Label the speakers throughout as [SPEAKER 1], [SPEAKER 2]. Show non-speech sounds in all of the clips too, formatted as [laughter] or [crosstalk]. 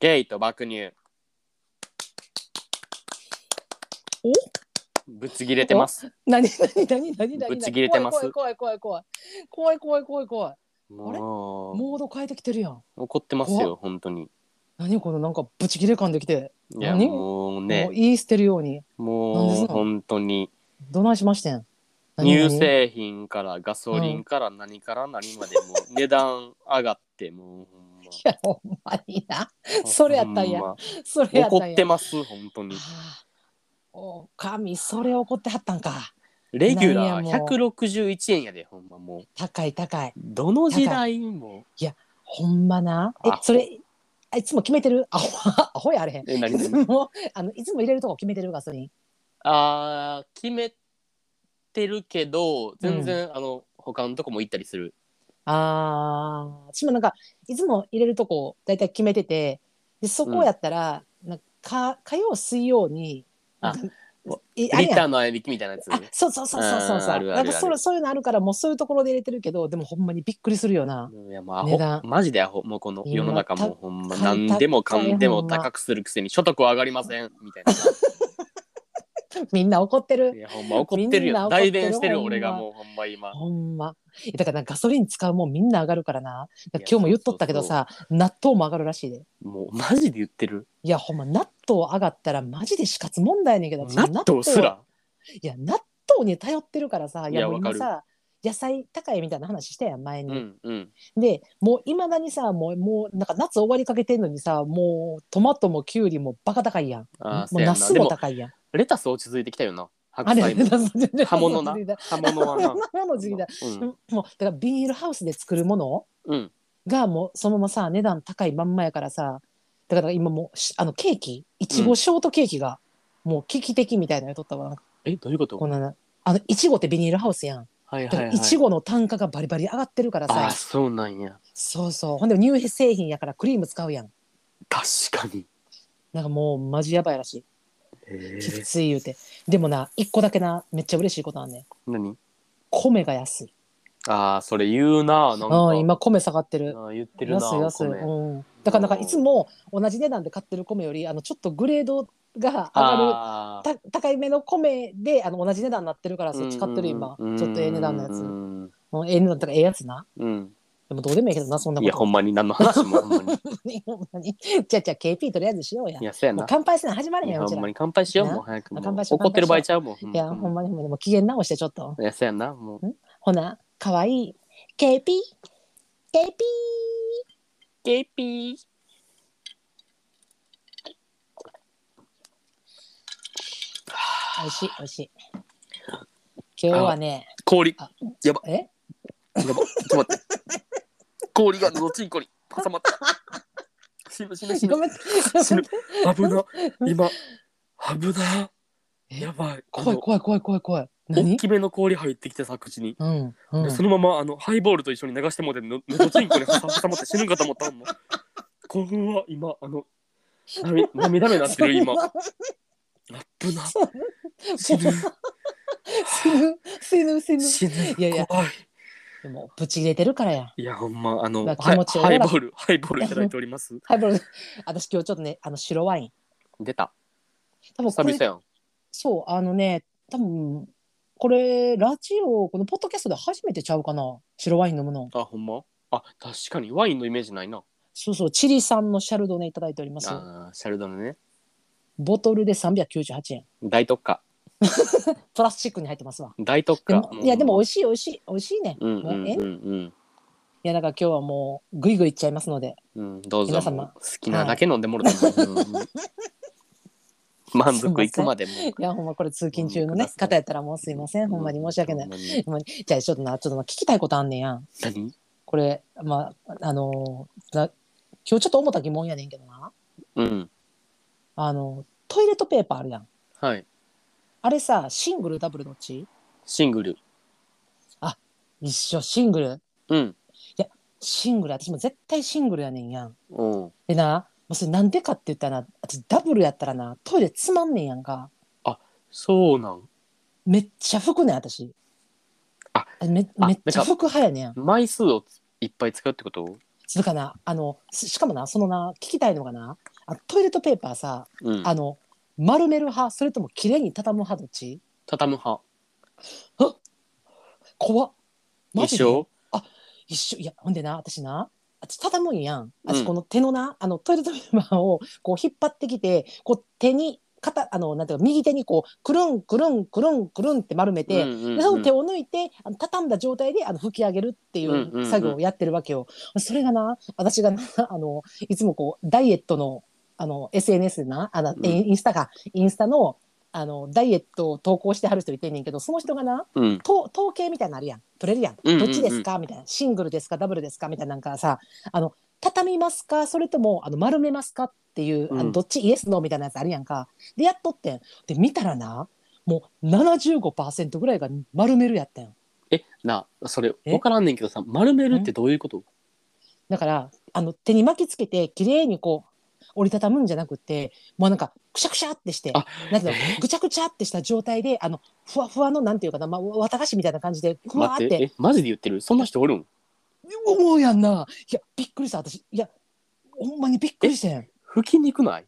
[SPEAKER 1] ゲイと爆乳
[SPEAKER 2] お
[SPEAKER 1] ぶつ切れてます
[SPEAKER 2] 何何何何何
[SPEAKER 1] ぶち切れてます
[SPEAKER 2] 怖い怖い怖い怖い怖い怖い怖い怖いれ
[SPEAKER 1] も
[SPEAKER 2] モード変えてきてるやん
[SPEAKER 1] う怒ってますよ本当に
[SPEAKER 2] 何このなんかブチ切れ感できて
[SPEAKER 1] いや
[SPEAKER 2] 何
[SPEAKER 1] もう
[SPEAKER 2] も
[SPEAKER 1] ね
[SPEAKER 2] う言い捨てるようになんで
[SPEAKER 1] も
[SPEAKER 2] す
[SPEAKER 1] う
[SPEAKER 2] の
[SPEAKER 1] 本当に
[SPEAKER 2] どないしましてん何
[SPEAKER 1] 乳
[SPEAKER 2] 々
[SPEAKER 1] 製品からガソリンから何から何までもう値段上がってもうほんま
[SPEAKER 2] いやほんまにな [laughs] それやったんや
[SPEAKER 1] ほま
[SPEAKER 2] それやったん
[SPEAKER 1] 怒
[SPEAKER 2] や
[SPEAKER 1] ってます本当に
[SPEAKER 2] ああお神それ怒ってはったんか
[SPEAKER 1] レギュ
[SPEAKER 2] な
[SPEAKER 1] ラ
[SPEAKER 2] ん
[SPEAKER 1] ー
[SPEAKER 2] やもう
[SPEAKER 1] 161円やでほんまもう
[SPEAKER 2] 高い高い
[SPEAKER 1] どの時代も
[SPEAKER 2] ほんまなえ
[SPEAKER 1] アホ
[SPEAKER 2] それあいつも決めてるアホアホやあれへん
[SPEAKER 1] え何
[SPEAKER 2] いつもあのいつも入れるとこ決めてるガソリン
[SPEAKER 1] あー決めてるけど全然、あの他のとこも行ったりする
[SPEAKER 2] ああ私もなんかいつも入れるとこ大体決めててでそこやったら、なんか火曜水曜に
[SPEAKER 1] あ
[SPEAKER 2] なんかいあれ
[SPEAKER 1] リ
[SPEAKER 2] やん
[SPEAKER 1] ターのあやびきみたいなやつ
[SPEAKER 2] あそうそうそうそうそ
[SPEAKER 1] うん
[SPEAKER 2] う
[SPEAKER 1] あ
[SPEAKER 2] そう
[SPEAKER 1] るある
[SPEAKER 2] なんか
[SPEAKER 1] ある
[SPEAKER 2] それそういうのあるからもうそういうところで入れてるけどでもほんまにびっくりするよない
[SPEAKER 1] やもうア
[SPEAKER 2] 値
[SPEAKER 1] ホ
[SPEAKER 2] 段
[SPEAKER 1] マジでアホもうこの世の中もうほんま
[SPEAKER 2] 高い
[SPEAKER 1] 何でもかんでも
[SPEAKER 2] 高いほんま
[SPEAKER 1] 高くするくせに所得は上がりませんみたい
[SPEAKER 2] [laughs]
[SPEAKER 1] な
[SPEAKER 2] みんな怒ってる
[SPEAKER 1] いやほんま怒ってる
[SPEAKER 2] みんな
[SPEAKER 1] よ
[SPEAKER 2] 怒って
[SPEAKER 1] 代
[SPEAKER 2] る
[SPEAKER 1] 弁してる俺が
[SPEAKER 2] ほ
[SPEAKER 1] も
[SPEAKER 2] んま
[SPEAKER 1] うほんま今
[SPEAKER 2] ほんま。だからなガソリン使うもんみんな上がるからな。だ
[SPEAKER 1] い
[SPEAKER 2] から
[SPEAKER 1] や
[SPEAKER 2] 今日も言っとったけどさ、納豆も上がるらしいで。
[SPEAKER 1] もうマジで言ってる
[SPEAKER 2] いやほんま納豆上がったらマジで死活問題やねんけど私
[SPEAKER 1] 納豆すら
[SPEAKER 2] いや納豆に頼ってるからさい
[SPEAKER 1] いや
[SPEAKER 2] やもう今
[SPEAKER 1] わ
[SPEAKER 2] さ野菜高いみたいな話したやん前
[SPEAKER 1] う
[SPEAKER 2] に、
[SPEAKER 1] んうん
[SPEAKER 2] でもういまだにさもうもうなんか夏終わりかけてんのにさもうトマトもキュウリもバカ高いやん
[SPEAKER 1] あー
[SPEAKER 2] も
[SPEAKER 1] そうや
[SPEAKER 2] ナ
[SPEAKER 1] な
[SPEAKER 2] ス
[SPEAKER 1] で
[SPEAKER 2] も
[SPEAKER 1] も
[SPEAKER 2] 高いやん
[SPEAKER 1] レタス落ち着いてきたよな白
[SPEAKER 2] あれ [laughs]
[SPEAKER 1] 菜も
[SPEAKER 2] 刃
[SPEAKER 1] 刃物
[SPEAKER 2] [laughs]
[SPEAKER 1] な刃物はな
[SPEAKER 2] 刃物時期だ、
[SPEAKER 1] うん
[SPEAKER 2] もうだからビニールハウスで作るもの
[SPEAKER 1] うん
[SPEAKER 2] がもうそのままさ値段高いまんまやからさだから今もうしあのケーキいちごショートケーキがもう危機的みたいなのとったわ、
[SPEAKER 1] えどういうこと
[SPEAKER 2] こんなあのいちごってビニールハウスやん
[SPEAKER 1] はい
[SPEAKER 2] だか
[SPEAKER 1] はい
[SPEAKER 2] ら
[SPEAKER 1] はい
[SPEAKER 2] ちごの単価がバリバリ上がってるからさ、
[SPEAKER 1] あーそうなんや
[SPEAKER 2] そうそうほんで乳製品やからクリーム使うやん
[SPEAKER 1] 確かに
[SPEAKER 2] なんかもうマジやばいらしい
[SPEAKER 1] え
[SPEAKER 2] きつい言うてでもな一個だけなめっちゃ嬉しいことあんねん
[SPEAKER 1] 何
[SPEAKER 2] 米が安い
[SPEAKER 1] ああそれ言うななんか
[SPEAKER 2] うん今米下がってる
[SPEAKER 1] あー言ってるな
[SPEAKER 2] 安い安い、
[SPEAKER 1] お米
[SPEAKER 2] うん、だからなんかいつも同じ値段で買ってる米よりあのちょっとグレードが上がる
[SPEAKER 1] あー
[SPEAKER 2] た高いめの米であの同じ値段になってるからそっち買ってる今、
[SPEAKER 1] うんうんうん
[SPEAKER 2] ちょっとええ値段のやつ、
[SPEAKER 1] う
[SPEAKER 2] うん
[SPEAKER 1] ん
[SPEAKER 2] ええ値段とかええやつな
[SPEAKER 1] うん
[SPEAKER 2] でもどうでもいいけどなそんないこ
[SPEAKER 1] やほ
[SPEAKER 2] と
[SPEAKER 1] んまに何の話もほ
[SPEAKER 2] [laughs]
[SPEAKER 1] んまに
[SPEAKER 2] ほんまにじゃあじゃあ KP とりあえずしようや
[SPEAKER 1] いやそうや
[SPEAKER 2] もう
[SPEAKER 1] な
[SPEAKER 2] 乾杯せな始まれ
[SPEAKER 1] い
[SPEAKER 2] へん
[SPEAKER 1] や
[SPEAKER 2] よ
[SPEAKER 1] ほ
[SPEAKER 2] うち
[SPEAKER 1] ん
[SPEAKER 2] ら
[SPEAKER 1] ま
[SPEAKER 2] い
[SPEAKER 1] に乾杯しようもう早くもう
[SPEAKER 2] 乾杯しよう
[SPEAKER 1] 怒ってる場合ちゃうもん
[SPEAKER 2] やほん
[SPEAKER 1] ま
[SPEAKER 2] まにほんまにでも機嫌直してちょっと
[SPEAKER 1] にいやそうやなもう
[SPEAKER 2] ほなかわいい KP KP
[SPEAKER 1] ケイピー
[SPEAKER 2] おいしいおいしい今日はね
[SPEAKER 1] 氷
[SPEAKER 2] あ
[SPEAKER 1] やば [laughs]
[SPEAKER 2] え
[SPEAKER 1] やばちょっと [laughs] 待って氷がどっちに氷挟まった死ぬ死ぬ死ぬ
[SPEAKER 2] ごめん
[SPEAKER 1] 死ぬ危な今危な
[SPEAKER 2] え
[SPEAKER 1] やばい
[SPEAKER 2] [laughs] 怖い怖い怖い怖い怖い
[SPEAKER 1] 大
[SPEAKER 2] 何
[SPEAKER 1] きめの氷入ってきてさ口に
[SPEAKER 2] うんうん
[SPEAKER 1] でそのままあのハイボールと一緒に流してもらってののどちんこに挟挟まって死ぬんかと思ったもん興奮は今あの涙涙目になってる
[SPEAKER 2] [laughs]
[SPEAKER 1] 今危な
[SPEAKER 2] そう
[SPEAKER 1] 死ぬ
[SPEAKER 2] 死ぬ死ぬ死ぬ
[SPEAKER 1] 死ぬ
[SPEAKER 2] いやいや
[SPEAKER 1] 怖い
[SPEAKER 2] でもぶち入れてるからやん
[SPEAKER 1] いやほんまあの
[SPEAKER 2] まあ
[SPEAKER 1] ハイ
[SPEAKER 2] 気持ちを
[SPEAKER 1] ハイボールハイボールいただいております
[SPEAKER 2] ハイボール私今日ちょっとねあの白ワイン
[SPEAKER 1] 出た
[SPEAKER 2] 多分
[SPEAKER 1] 久
[SPEAKER 2] こ
[SPEAKER 1] 々
[SPEAKER 2] れ
[SPEAKER 1] やん
[SPEAKER 2] そうあのね多分これラジオこのポッドキャストで初めてちゃうかな白ワイン飲むの
[SPEAKER 1] あほんまあ確かにワインのイメージないな
[SPEAKER 2] そうそうチリ産のシャルドネいただいております
[SPEAKER 1] あーシャルドのね
[SPEAKER 2] ボトルで398円
[SPEAKER 1] 大特価
[SPEAKER 2] プラスチックに入ってますわ
[SPEAKER 1] 大特
[SPEAKER 2] で
[SPEAKER 1] 価
[SPEAKER 2] もいやでも美
[SPEAKER 1] い
[SPEAKER 2] 味しい美味しい美味しいね、
[SPEAKER 1] うんう
[SPEAKER 2] も
[SPEAKER 1] ん
[SPEAKER 2] うえ
[SPEAKER 1] うん
[SPEAKER 2] いやだから今日はもうグイグイいっちゃいます
[SPEAKER 1] [laughs]
[SPEAKER 2] ので
[SPEAKER 1] うん、うん、どうぞ
[SPEAKER 2] 皆
[SPEAKER 1] も
[SPEAKER 2] 様
[SPEAKER 1] う好きなだけ飲んでもろても、うん満足いくまでもう
[SPEAKER 2] いやほんまこれ通勤中の
[SPEAKER 1] う
[SPEAKER 2] ね
[SPEAKER 1] ん
[SPEAKER 2] 方やったらもうすいませんほんまに申し訳ない
[SPEAKER 1] ほんまに
[SPEAKER 2] ほんまにじゃあちょっとなちょっとな聞きたいことあんねんやん
[SPEAKER 1] 何
[SPEAKER 2] これまああのーな今日ちょっと思った疑問やねんけどな
[SPEAKER 1] うん。
[SPEAKER 2] あのトイレットペーパーあるやん
[SPEAKER 1] はい。
[SPEAKER 2] あれさシングルダブルどっち
[SPEAKER 1] シングル。
[SPEAKER 2] 一緒シングル
[SPEAKER 1] うん。
[SPEAKER 2] シングル私も絶対シングルやねんやん
[SPEAKER 1] うん。
[SPEAKER 2] でなもうそれなんでかって言ったらな私ダブルやったらなトイレつまんねんやんか
[SPEAKER 1] そうなん。
[SPEAKER 2] めっちゃ拭くねん私
[SPEAKER 1] あ
[SPEAKER 2] め
[SPEAKER 1] あ
[SPEAKER 2] めっちゃ
[SPEAKER 1] な
[SPEAKER 2] 拭く派やねん
[SPEAKER 1] 枚数をいっぱい使うってこと
[SPEAKER 2] それかなあのししかもなそのな聞きたいのがなあトイレットペーパーさ、
[SPEAKER 1] うん
[SPEAKER 2] あの丸める派それとも綺麗に畳む派どっち
[SPEAKER 1] 畳む派
[SPEAKER 2] 怖っマジ
[SPEAKER 1] 一
[SPEAKER 2] で
[SPEAKER 1] 緒
[SPEAKER 2] 一緒いやほんでな私な私畳むんやん
[SPEAKER 1] う
[SPEAKER 2] 私
[SPEAKER 1] ん
[SPEAKER 2] この手のな、あのトイレットペーパーをこう引っ張ってきてこう手に肩あのなんていうか右手にこうくるんくるんくるんくるんって丸めて、
[SPEAKER 1] うんうんうん
[SPEAKER 2] でその手を抜いてあの畳んだ状態であの拭き上げるってい
[SPEAKER 1] んうんう
[SPEAKER 2] うん作業をやってるわけよ。それがな私がな [laughs] あのいつもこうダイエットのあの SNS でなあの、
[SPEAKER 1] うん
[SPEAKER 2] インインスタかインスタのあのダイエットを投稿してはる人いてんねんけどその人がな
[SPEAKER 1] うん
[SPEAKER 2] と統計みたいなのあるやん取れるやん,、
[SPEAKER 1] うんうんうん
[SPEAKER 2] どっちですかみたいなシングルですかダブルですかみたいななんかさあの畳みますかそれともあの丸めますかっていう、あ
[SPEAKER 1] う
[SPEAKER 2] の
[SPEAKER 1] ん
[SPEAKER 2] どっちイエスノーみたいなやつあるやんかでやっとってんで見たらなもう75%ぐらいが丸めるやったん
[SPEAKER 1] えなあそれ
[SPEAKER 2] え
[SPEAKER 1] 分からんねんけどさ丸めるってどういうこと
[SPEAKER 2] だからあの手に巻きつけて綺麗にこう折りたたむんじゃなくてもうなんかくしゃくしゃってして
[SPEAKER 1] あ
[SPEAKER 2] なんていうの
[SPEAKER 1] え
[SPEAKER 2] ぐちゃぐちゃってした状態であのふわふわのなんていうかな、まあ、綿菓子みたいな感じでふわーっ
[SPEAKER 1] 待っててえマジで言ってるそんな人おるん
[SPEAKER 2] 思うやんな。いや、びっくりした、私。いや、ほんまにびっくりしてん。
[SPEAKER 1] 吹きにくない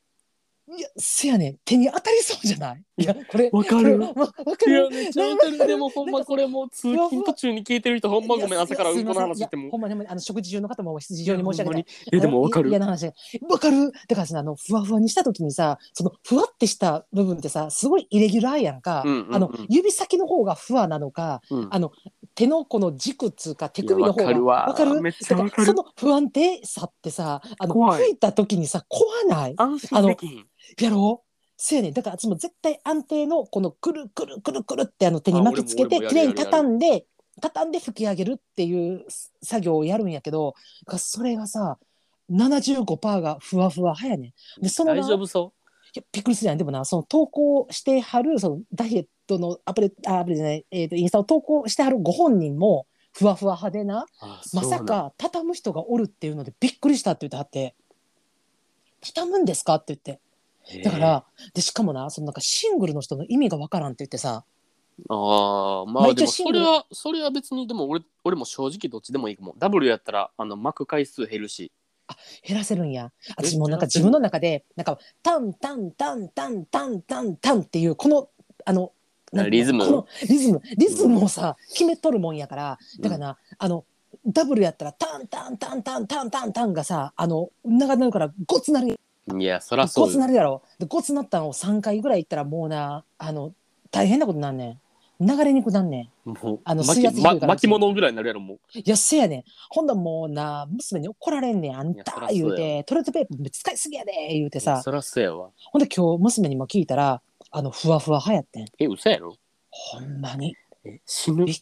[SPEAKER 2] いや、せやねん。手に当たりそうじゃないいや、これ、
[SPEAKER 1] わか
[SPEAKER 2] これ、わ
[SPEAKER 1] る
[SPEAKER 2] わか
[SPEAKER 1] いや
[SPEAKER 2] る。
[SPEAKER 1] めっちゃわかるでもほん
[SPEAKER 2] なん
[SPEAKER 1] まこれもう通勤途中に聞いてる人ほんまご
[SPEAKER 2] い
[SPEAKER 1] めん
[SPEAKER 2] や
[SPEAKER 1] 朝から
[SPEAKER 2] いや
[SPEAKER 1] うんこの話
[SPEAKER 2] すいま
[SPEAKER 1] っ
[SPEAKER 2] せ
[SPEAKER 1] て
[SPEAKER 2] んいや
[SPEAKER 1] も
[SPEAKER 2] ほんまにほんまに、あの、食事中の方も非常に申し訳ない。
[SPEAKER 1] えでもわか
[SPEAKER 2] いや
[SPEAKER 1] る
[SPEAKER 2] 嫌な話。わかる。だからさ、あの、ふわふわにした時にさ、その、ふわってした部分ってさ、すごいイレギュラーやんか。
[SPEAKER 1] うんうんうん
[SPEAKER 2] あの、指先の方がふわなのか、
[SPEAKER 1] うん
[SPEAKER 2] あの、手のこの軸っつうか、手首の方
[SPEAKER 1] いや
[SPEAKER 2] が。
[SPEAKER 1] わ
[SPEAKER 2] わ
[SPEAKER 1] か
[SPEAKER 2] か
[SPEAKER 1] るわ
[SPEAKER 2] る
[SPEAKER 1] めっちゃわかる
[SPEAKER 2] だらその不安定さってさ、あの、
[SPEAKER 1] 怖い
[SPEAKER 2] 吹いた時にさ、怖ない
[SPEAKER 1] 安心できひん
[SPEAKER 2] やろうそうやねんだから私も絶対安定のこのくるくるくるくるってあの手に巻きつけ
[SPEAKER 1] あ
[SPEAKER 2] て
[SPEAKER 1] 俺も
[SPEAKER 2] き
[SPEAKER 1] 俺もや
[SPEAKER 2] れい
[SPEAKER 1] る
[SPEAKER 2] に畳んで畳んで拭き上げるっていう作業をやるんやけどだからそれがさ75%がふわふわ派やねん。でその
[SPEAKER 1] 大
[SPEAKER 2] な
[SPEAKER 1] 丈夫そ
[SPEAKER 2] いやびっくりするやんでもなその投稿してはるそのダイエットのアプリあアプリじゃない、えー、とインスタを投稿してはるご本人もふわふわ派でな
[SPEAKER 1] うあそう
[SPEAKER 2] ま
[SPEAKER 1] な
[SPEAKER 2] さ
[SPEAKER 1] ん
[SPEAKER 2] か畳む人がおるっていうのでびっくりしたって言ってはって畳むんですかって言って。
[SPEAKER 1] へえ
[SPEAKER 2] だから、で、しかもな、そのなんかシングルの人の意味がわからんって言ってさ、
[SPEAKER 1] ああま
[SPEAKER 2] まあ
[SPEAKER 1] あ
[SPEAKER 2] 一
[SPEAKER 1] で
[SPEAKER 2] 応
[SPEAKER 1] も
[SPEAKER 2] シ
[SPEAKER 1] そ
[SPEAKER 2] ングル
[SPEAKER 1] れはそれは別にでも俺俺も正直どっちでもいいかも W やったらあの巻く回数減るし
[SPEAKER 2] 減らせるんや。私
[SPEAKER 1] え
[SPEAKER 2] もうなんか
[SPEAKER 1] 減らせ
[SPEAKER 2] 自
[SPEAKER 1] る
[SPEAKER 2] 分の中で、なんか、タンタンタンタンタンタンタンっていう、この、あの、なんてい
[SPEAKER 1] リ
[SPEAKER 2] うの
[SPEAKER 1] ズム
[SPEAKER 2] このリズム、リズムをさ、決めとるもんやから、だからな、あの、ダブルやったら、タンタンタンタンタンタンタンがさ、あの、長くなるから、ごつなる、
[SPEAKER 1] いやそらそ
[SPEAKER 2] ご
[SPEAKER 1] う
[SPEAKER 2] つ
[SPEAKER 1] よ
[SPEAKER 2] なるやろ。で、ごつなったのを3回ぐらい行ったら、もうな、あの、大変なことなんねん。流れにくなんねん。
[SPEAKER 1] もう
[SPEAKER 2] あの
[SPEAKER 1] 巻
[SPEAKER 2] 水
[SPEAKER 1] き
[SPEAKER 2] 圧低いか
[SPEAKER 1] ま
[SPEAKER 2] ら
[SPEAKER 1] 巻物ぐらいになるやろもう
[SPEAKER 2] いや、せやねん。ほんだもうな、娘に怒られんねん、あん
[SPEAKER 1] いや
[SPEAKER 2] た
[SPEAKER 1] そらそうや
[SPEAKER 2] 言うて、トイレットペーパー使いすぎやで言うてさ、
[SPEAKER 1] そらそうやわ
[SPEAKER 2] ほんで今日娘にも聞いたら、あの、ふわふわはやってん。
[SPEAKER 1] え嘘やろ
[SPEAKER 2] ほんまに、びっ
[SPEAKER 1] え死ぬ
[SPEAKER 2] び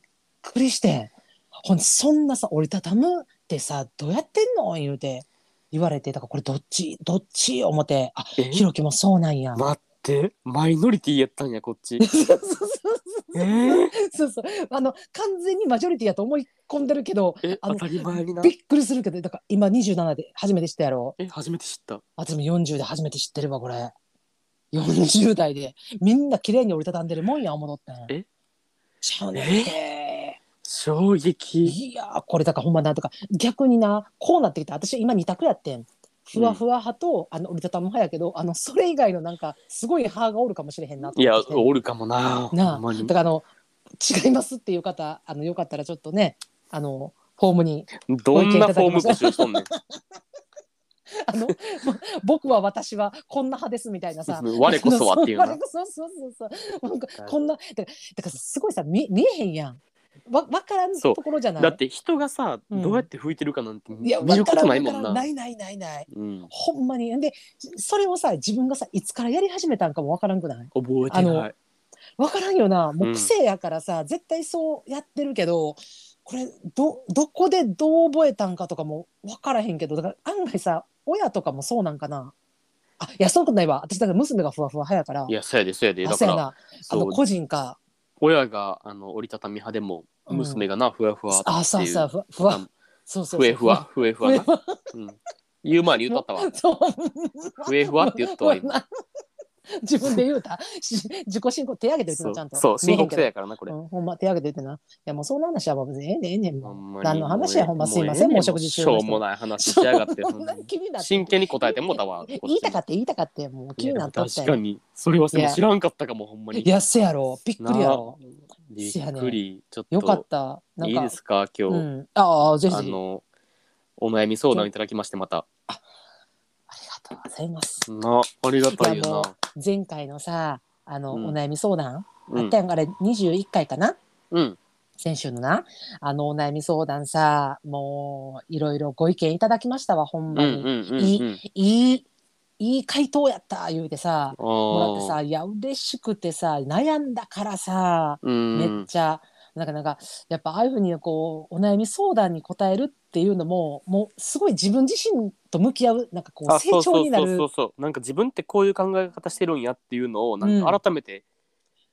[SPEAKER 2] くりしてん。ほんでそんなさ、折りたたむってさ、どうやってんの言うて、言われて、だからこれどっち、どっち思って、あ、
[SPEAKER 1] え
[SPEAKER 2] ひろきもそうな
[SPEAKER 1] [laughs]
[SPEAKER 2] んや。
[SPEAKER 1] 待ってマイノリティやったんやこっち
[SPEAKER 2] そうそうそう
[SPEAKER 1] えー
[SPEAKER 2] [laughs] そうそう。あの、完全にマジョリティやと思い込んでるけど、
[SPEAKER 1] え
[SPEAKER 2] あ
[SPEAKER 1] 当
[SPEAKER 2] の
[SPEAKER 1] たり前にな
[SPEAKER 2] びっくりするけど、だから今27で初めて知ったやろ。
[SPEAKER 1] え初めて知った
[SPEAKER 2] あでも40で初めて知ってるわこれ40代でみんな綺麗に折りたたんでるもんや思うとってん
[SPEAKER 1] え
[SPEAKER 2] ちゃうねんて
[SPEAKER 1] 衝撃
[SPEAKER 2] いやーこれだからほんまなんとか逆になこうなってきた私今2択やってんふわふわ派と、あの折りたたむ派やけどあのそれ以外のなんかすごい派がおるかもしれへんなと
[SPEAKER 1] い
[SPEAKER 2] 思
[SPEAKER 1] や
[SPEAKER 2] ってきて
[SPEAKER 1] おるかもな
[SPEAKER 2] な
[SPEAKER 1] ほ
[SPEAKER 2] あ
[SPEAKER 1] んまに
[SPEAKER 2] だからあの違いますっていう方あのよかったらちょっとねあのフォームに [laughs]
[SPEAKER 1] どんなフォーム募集しとんねん
[SPEAKER 2] あのま僕は私はこんな派ですみたいなさ
[SPEAKER 1] 我こそはっていう
[SPEAKER 2] そ
[SPEAKER 1] な
[SPEAKER 2] 我こそそうそうそうなんかこんなだからだからすごいさ見見えへんやんわ分からん
[SPEAKER 1] そ
[SPEAKER 2] と
[SPEAKER 1] う
[SPEAKER 2] ころじゃない
[SPEAKER 1] だって人がさ、
[SPEAKER 2] うん
[SPEAKER 1] どうやって吹いてるかなんて
[SPEAKER 2] いや
[SPEAKER 1] 見
[SPEAKER 2] 分
[SPEAKER 1] る
[SPEAKER 2] か
[SPEAKER 1] こ
[SPEAKER 2] ら
[SPEAKER 1] と
[SPEAKER 2] ん
[SPEAKER 1] ない
[SPEAKER 2] 分か
[SPEAKER 1] も
[SPEAKER 2] ら
[SPEAKER 1] ん
[SPEAKER 2] ん
[SPEAKER 1] な
[SPEAKER 2] ないないないない
[SPEAKER 1] うん、
[SPEAKER 2] ほんまにでそれをさ自分がさいつからやり始めたんかも分からんくない
[SPEAKER 1] 覚え
[SPEAKER 2] あ
[SPEAKER 1] てな
[SPEAKER 2] の
[SPEAKER 1] い
[SPEAKER 2] 分からんよなも
[SPEAKER 1] う
[SPEAKER 2] うん癖やからさ、絶対そうやってるけどこれどどこでどう覚えたんかとかも分からへんけどだから案外さ親とかもそうなんかなあいやそういうことないわ私だから娘がふわふわ早やから
[SPEAKER 1] いやそうやでそうやで
[SPEAKER 2] あ
[SPEAKER 1] だ
[SPEAKER 2] そ
[SPEAKER 1] か
[SPEAKER 2] うや
[SPEAKER 1] ら
[SPEAKER 2] なあ
[SPEAKER 1] そ
[SPEAKER 2] の
[SPEAKER 1] う
[SPEAKER 2] 個人か
[SPEAKER 1] 親があの折りたたみ派でも
[SPEAKER 2] うん
[SPEAKER 1] 娘がな、ふわふわっていう
[SPEAKER 2] あそうそうふわふ
[SPEAKER 1] あ
[SPEAKER 2] わそうそう
[SPEAKER 1] ふえふわふえふわな
[SPEAKER 2] ふ
[SPEAKER 1] うん、言う前に言うたったわ
[SPEAKER 2] そう
[SPEAKER 1] ふえふわって言ったわ今
[SPEAKER 2] 自分で言うたし自己申告手挙げて言って
[SPEAKER 1] そ
[SPEAKER 2] な
[SPEAKER 1] う
[SPEAKER 2] ちゃんと
[SPEAKER 1] そう申告制
[SPEAKER 2] 見えへん
[SPEAKER 1] やからなこ
[SPEAKER 2] け
[SPEAKER 1] れ、
[SPEAKER 2] どうんほんま手挙げて言ってないやもうそんな話はもう別にええねんええねんも
[SPEAKER 1] ほ
[SPEAKER 2] うん
[SPEAKER 1] まに
[SPEAKER 2] 何の話やほんま
[SPEAKER 1] もう
[SPEAKER 2] すいません
[SPEAKER 1] ええね
[SPEAKER 2] もう食事中
[SPEAKER 1] しょうもない話しやがって
[SPEAKER 2] そんなに気になって
[SPEAKER 1] 真剣に答えてもうたわ
[SPEAKER 2] 言いたかって言いたかってもう気になっとった
[SPEAKER 1] 確
[SPEAKER 2] ん
[SPEAKER 1] か
[SPEAKER 2] や
[SPEAKER 1] にそれはでも知らんかったかもほんまに
[SPEAKER 2] いやせやろびっくりやろ
[SPEAKER 1] なあびっくり、ちょっと
[SPEAKER 2] よかったなんか
[SPEAKER 1] いいですか今日、
[SPEAKER 2] うん、ああぜひぜ
[SPEAKER 1] あ
[SPEAKER 2] ひ
[SPEAKER 1] のお悩み相談いただきましてまた
[SPEAKER 2] ありがとうございます
[SPEAKER 1] なありがたいよ
[SPEAKER 2] 前回のさあの、
[SPEAKER 1] うん
[SPEAKER 2] お悩み相談
[SPEAKER 1] なう
[SPEAKER 2] あっ
[SPEAKER 1] ん
[SPEAKER 2] た、やんかあれ21回かな
[SPEAKER 1] うん、
[SPEAKER 2] 先週のなあのお悩み相談さもういろいろご意見いただきましたわほん
[SPEAKER 1] うんう
[SPEAKER 2] ま
[SPEAKER 1] ん
[SPEAKER 2] に、
[SPEAKER 1] うん
[SPEAKER 2] い
[SPEAKER 1] うん
[SPEAKER 2] いいいい回答やった言うてさ
[SPEAKER 1] あ
[SPEAKER 2] もらって
[SPEAKER 1] ー
[SPEAKER 2] さいや嬉しくてさ悩んだからさ
[SPEAKER 1] う
[SPEAKER 2] めっ
[SPEAKER 1] ん
[SPEAKER 2] ちゃ、なんかなんかやっぱああいうふうにこうお悩み相談に答えるっていうのももうすごい自分自身と向き合うなんかこう
[SPEAKER 1] あそう
[SPEAKER 2] 成長
[SPEAKER 1] そう
[SPEAKER 2] にな
[SPEAKER 1] そ
[SPEAKER 2] る
[SPEAKER 1] うそうそうなんか自分ってこういう考え方してるんやっていうのをなんか改めて、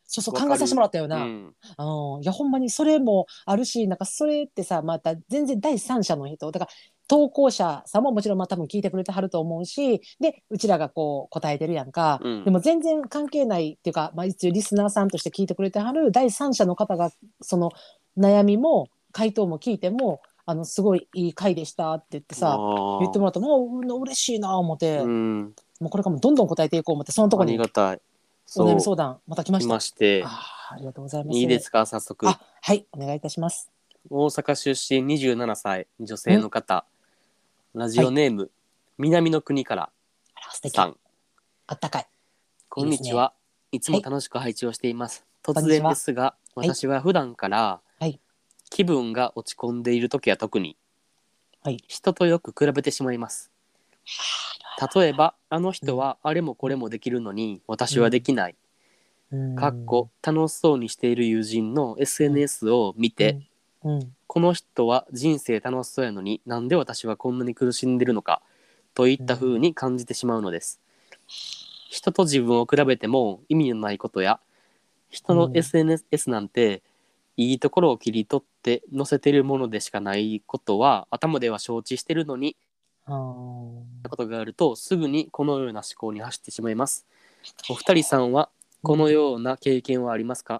[SPEAKER 2] そうそう
[SPEAKER 1] わかる
[SPEAKER 2] 考えさせてもらったよ
[SPEAKER 1] う
[SPEAKER 2] な、
[SPEAKER 1] ん
[SPEAKER 2] うん、いやほんまにそれもあるしなんかそれってさまた全然第三者の人だから投稿者さんももちろんまあ多分聞いてくれてはると思うしでうちらがこう答えてるやんか、
[SPEAKER 1] うん
[SPEAKER 2] でも全然関係ないっていうか、まあ、一応リスナーさんとして聞いてくれてはる第三者の方がその悩みも回答も聞いてもあのすごいいい回でしたって言ってさ言ってもらったもううん嬉しいな思って、
[SPEAKER 1] うん
[SPEAKER 2] もうこれからもどんどん答えていこう思ってそのとこ
[SPEAKER 1] あり
[SPEAKER 2] に
[SPEAKER 1] がたい
[SPEAKER 2] お
[SPEAKER 1] そ
[SPEAKER 2] 悩
[SPEAKER 1] う
[SPEAKER 2] み相談また来ま
[SPEAKER 1] 来
[SPEAKER 2] した
[SPEAKER 1] まして
[SPEAKER 2] あーありがとうございます
[SPEAKER 1] いいですか早速
[SPEAKER 2] あはいお願いいたします
[SPEAKER 1] 大阪出身27歳女性の方ラジオネーム、南の国から
[SPEAKER 2] あら素敵
[SPEAKER 1] さん
[SPEAKER 2] あったかい。
[SPEAKER 1] こんにちは。いつも楽しく配置をしています。
[SPEAKER 2] い
[SPEAKER 1] 突然ですが、
[SPEAKER 2] こんにちは
[SPEAKER 1] 私は普段から、
[SPEAKER 2] はい
[SPEAKER 1] 気分が落ち込んでいる時は特に、
[SPEAKER 2] はい
[SPEAKER 1] 人とよく比べてしまいます。例えば、あの人はあれもこれもできるのに、私はできない。
[SPEAKER 2] うん
[SPEAKER 1] かっこ。楽しそうにしている友人の SNS を見て、
[SPEAKER 2] うん。
[SPEAKER 1] この人は人生楽しそうやのになんで私はこんなに苦しんでるのかといった風に感じてしまうのです、人と自分を比べても意味のないことや人
[SPEAKER 2] う
[SPEAKER 1] の
[SPEAKER 2] ん
[SPEAKER 1] SNS なんていいところを切り取って載せてるものでしかないことは頭では承知してるのに
[SPEAKER 2] あー
[SPEAKER 1] ことがあるとすぐにこのような思考に走ってしまいますお二人さんはこのような経験はありますか、
[SPEAKER 2] うん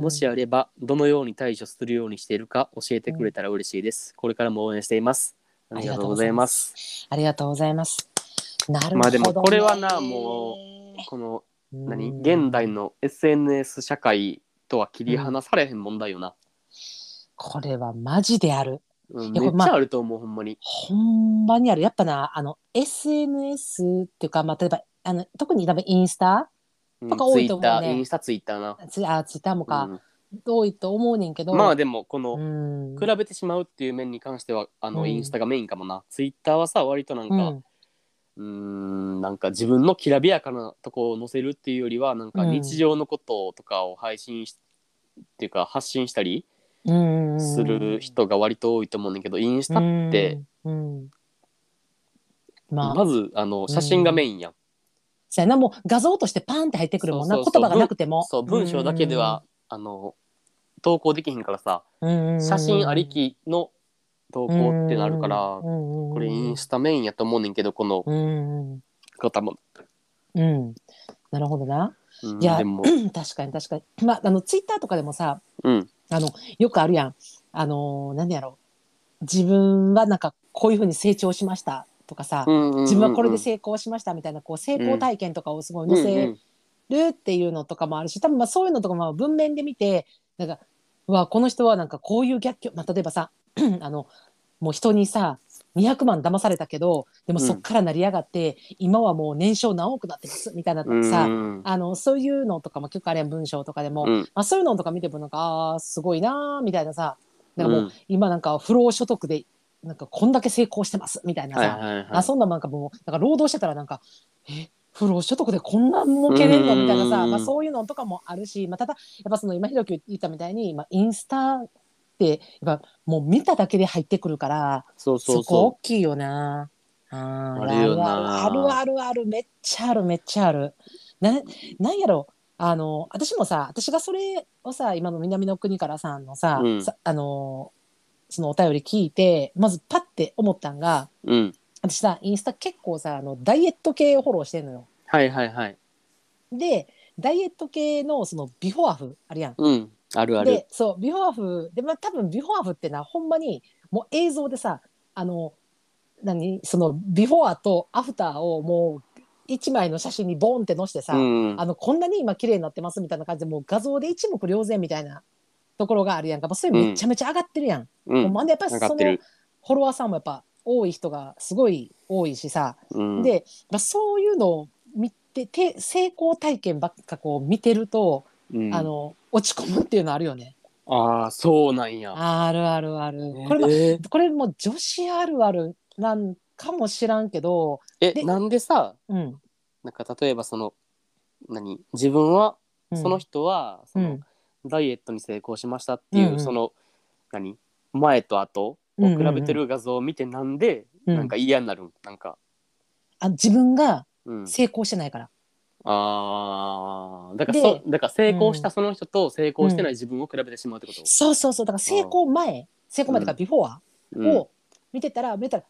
[SPEAKER 1] もしあればどのように対処するようにしているか教えてくれたら嬉しいです、これからも応援していますありがとうございます
[SPEAKER 2] ありがとうございます。なるほど、ね。
[SPEAKER 1] まあでもこれはなもこの
[SPEAKER 2] うん。
[SPEAKER 1] 何現代の SNS 社会とは切り離されへん問題よな、
[SPEAKER 2] これはマジである。
[SPEAKER 1] うん
[SPEAKER 2] い
[SPEAKER 1] め
[SPEAKER 2] や
[SPEAKER 1] っ
[SPEAKER 2] これまあ
[SPEAKER 1] ちゃあると思うほんまに
[SPEAKER 2] ほんまにある。やっぱな、あの SNS っていうか、まあ例えばあの特に多分インスタ、
[SPEAKER 1] うん
[SPEAKER 2] とか多いと思うね
[SPEAKER 1] Twitter インスタツイッターな、
[SPEAKER 2] ツイあツイッターもか、
[SPEAKER 1] う
[SPEAKER 2] 多いと思うねんけど。
[SPEAKER 1] んまあでもこの、
[SPEAKER 2] うん。
[SPEAKER 1] 比べてしまうっていう面に関してはあの、
[SPEAKER 2] うん
[SPEAKER 1] インスタがメインかもなツイッターはさ割となんか、
[SPEAKER 2] うん
[SPEAKER 1] うーんなんか自分のきらびやかなとこを載せるっていうよりはなんか
[SPEAKER 2] うん
[SPEAKER 1] 日常のこととかを配信し、っていうか発信したり
[SPEAKER 2] うんうん
[SPEAKER 1] する人が割と多いと思うんだけど、インスタって、
[SPEAKER 2] うんうんまあ
[SPEAKER 1] まずあの写真がメインやん、
[SPEAKER 2] そうやなもう画像としてパーンって入ってくるもんな
[SPEAKER 1] そうそうそう
[SPEAKER 2] 言葉がなくても
[SPEAKER 1] そう文章だけでは、あの投稿できへんからさ写
[SPEAKER 2] 写
[SPEAKER 1] 真ありきの投稿ってなるから、
[SPEAKER 2] こ
[SPEAKER 1] これインスタメインやと思うねんけどこの
[SPEAKER 2] うんうん
[SPEAKER 1] 方も、
[SPEAKER 2] うんなるほどな
[SPEAKER 1] うん
[SPEAKER 2] いや
[SPEAKER 1] でも、
[SPEAKER 2] 確かに確かにまああのツイッターとかでもさ
[SPEAKER 1] うん、
[SPEAKER 2] あのよくあるやんあのー何やろ自分はなんかこういうふうに成長しましたとかさ、自分はこれで成功しましたみたいなこう成功体験とかをすごい載せるっていうのとかもあるし多分まあそういうのとかも文面で見てなんかうわこの人はなんかこういう逆境、まあ、例えばさ [clears throat] あのもう人にさ200万騙されたけどでもそっから成り上がって、今はもう年商何億だってますみたいな
[SPEAKER 1] うん
[SPEAKER 2] さ、
[SPEAKER 1] うん
[SPEAKER 2] あのそういうのとかも結構あれやん文章とかでも、
[SPEAKER 1] うん
[SPEAKER 2] まあ、そういうのとか見てもなんかあーすごいなーみたいなさなんかもう、
[SPEAKER 1] うん
[SPEAKER 2] 今なんか不労所得でなんかこんだけ成功してますみたいなさ、
[SPEAKER 1] はいはいはい、
[SPEAKER 2] あそんなんなんかもうなんか労働してたらなんかえ不労所得でこんな儲けれんのみたい
[SPEAKER 1] うんう
[SPEAKER 2] な
[SPEAKER 1] んう
[SPEAKER 2] さ、
[SPEAKER 1] ん
[SPEAKER 2] まあ、そういうのとかもあるし、まあ、ただやっぱその今ひろき言ったみたいに、まあ、インスタってやっぱもう見ただけで入ってくるから
[SPEAKER 1] そうそ
[SPEAKER 2] そ
[SPEAKER 1] う
[SPEAKER 2] こ
[SPEAKER 1] そ
[SPEAKER 2] 大きいよな。あー
[SPEAKER 1] あるよな
[SPEAKER 2] あるあるあるあるめっちゃあるめっちゃある。ななんやろあの私もさ私がそれをさ今の南の国からさんのさ,、
[SPEAKER 1] うん
[SPEAKER 2] さあのそのお便り聞いてまずパッて思ったんが、
[SPEAKER 1] う。うん。
[SPEAKER 2] 私さインスタ結構さあのダイエット系をフォローしてんのよ
[SPEAKER 1] はいはいはい。
[SPEAKER 2] でダイエット系のそのビフォーアフあるやん。
[SPEAKER 1] うんあるある
[SPEAKER 2] でそうビフォーアフで、まあ、多分ビフォーアフってなほんまにもう映像でさあの何そのビフォーとアフターをもう一枚の写真にボンって載せてさ、
[SPEAKER 1] うん
[SPEAKER 2] あのこんなに今綺麗になってますみたいな感じでもう画像で一目瞭然みたいなところがあるやんか、まあ、それめちゃめちゃ上がってるやん。
[SPEAKER 1] う
[SPEAKER 2] ほん
[SPEAKER 1] ん
[SPEAKER 2] までやっぱりそ
[SPEAKER 1] 上が
[SPEAKER 2] の
[SPEAKER 1] ってる
[SPEAKER 2] フォロワーさんもやっぱ多い人がすごい多いしさ、
[SPEAKER 1] うん
[SPEAKER 2] で、まあ、そういうのを見てて成功体験ばっかこう見てると、
[SPEAKER 1] うん
[SPEAKER 2] あの落ち込むっていうのあるよね。
[SPEAKER 1] ああそうなんや
[SPEAKER 2] あるあるある。これも
[SPEAKER 1] え
[SPEAKER 2] これも女子あるあるなんかもしらんけど、
[SPEAKER 1] え
[SPEAKER 2] で
[SPEAKER 1] なんでさ
[SPEAKER 2] うん、
[SPEAKER 1] なんか例えばその何自分はその
[SPEAKER 2] 人、
[SPEAKER 1] 人はそ
[SPEAKER 2] うん
[SPEAKER 1] のダイエットに成功しましたってい
[SPEAKER 2] うんう
[SPEAKER 1] うんその何前と後を比べてる画像を見てなんで
[SPEAKER 2] うん
[SPEAKER 1] なんか嫌になるんなんか
[SPEAKER 2] あ自分が
[SPEAKER 1] うん
[SPEAKER 2] 成功してないから。
[SPEAKER 1] ああだからそ
[SPEAKER 2] で
[SPEAKER 1] だから成功したその人と成功してない自分を比べてしまうってこと
[SPEAKER 2] そうそうそうだから成功前成功前とか
[SPEAKER 1] うん
[SPEAKER 2] ビフォー
[SPEAKER 1] うん
[SPEAKER 2] を見てたら、見たら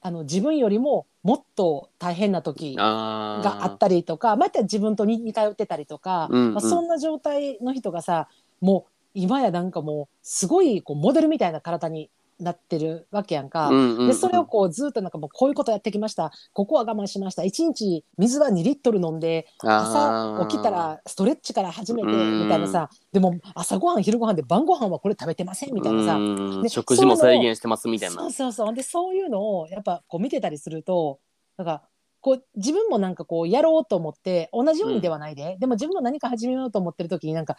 [SPEAKER 2] あの自分よりももっと大変な時
[SPEAKER 1] あー
[SPEAKER 2] があったりとかまた自分と似似通ってたりとか、
[SPEAKER 1] うんうん
[SPEAKER 2] まあ、そんな状態の人がさもう今やなんかもうすごいこうモデルみたいな体になってるわけやんか。
[SPEAKER 1] うんうんうん
[SPEAKER 2] でそれをこうずっとなんかもうこういうことやってきましたここは我慢しました1日水は2リットル飲んで朝起きたらストレッチから始めて
[SPEAKER 1] うん
[SPEAKER 2] みたいなさでも朝ごはん昼ごはんで晩ごはんはこれ食べてませんみたいなさ
[SPEAKER 1] うん
[SPEAKER 2] で
[SPEAKER 1] 食事も制限してますみたいな
[SPEAKER 2] そうそうそうでそういうのをやっぱこう見てたりするとなんかこう自分もなんかこうやろうと思って同じようにではないで、でも自分も何か始めようと思ってる時になんか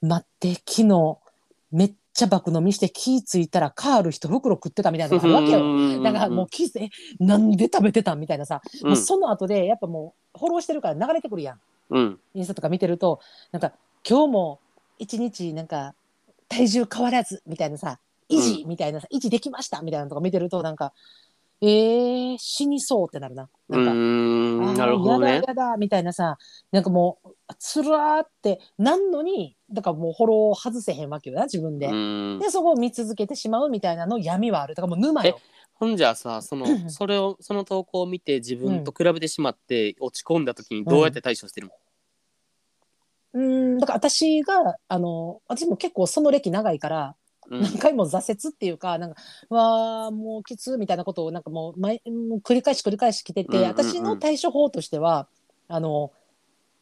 [SPEAKER 2] 待って昨日めっちゃ爆飲みして気付いたらカール一袋食ってたみたいなのがあるわけよ。
[SPEAKER 1] よ
[SPEAKER 2] だからもう気づいてえなんで食べてたんみたいなさ、
[SPEAKER 1] うん
[SPEAKER 2] もうその後でやっぱもうフォローしてるから流れてくるやん。
[SPEAKER 1] うん
[SPEAKER 2] インスタとか見てるとなんか今日も一日なんか体重変わらずみたいなさ維持みたいなさ、維持できましたみたいなのとか見てるとなんかえー、死にそうってなるな
[SPEAKER 1] う
[SPEAKER 2] なんか、
[SPEAKER 1] ー
[SPEAKER 2] あ
[SPEAKER 1] ん
[SPEAKER 2] ー
[SPEAKER 1] なるほど
[SPEAKER 2] や
[SPEAKER 1] ね
[SPEAKER 2] だやだみたいなさなんかもうつらーってなんのにだからもうフォロー外せへんわけよな自分で、
[SPEAKER 1] うん
[SPEAKER 2] でそこを見続けてしまうみたいなの闇はあるだからもう沼よ
[SPEAKER 1] ほんじゃさそ
[SPEAKER 2] うん [laughs]
[SPEAKER 1] のそれをその投稿を見て自分と比べてしまって落ち込んだ時にどうやって対処してるの
[SPEAKER 2] うーんだから私があの私も結構その歴長いから
[SPEAKER 1] うん
[SPEAKER 2] 何回も挫折っていうかなんかうわあもうきつみたいなことをなんかもう毎もう繰り返し繰り返し来てて、
[SPEAKER 1] うんうんうん
[SPEAKER 2] 私の対処法としてはあの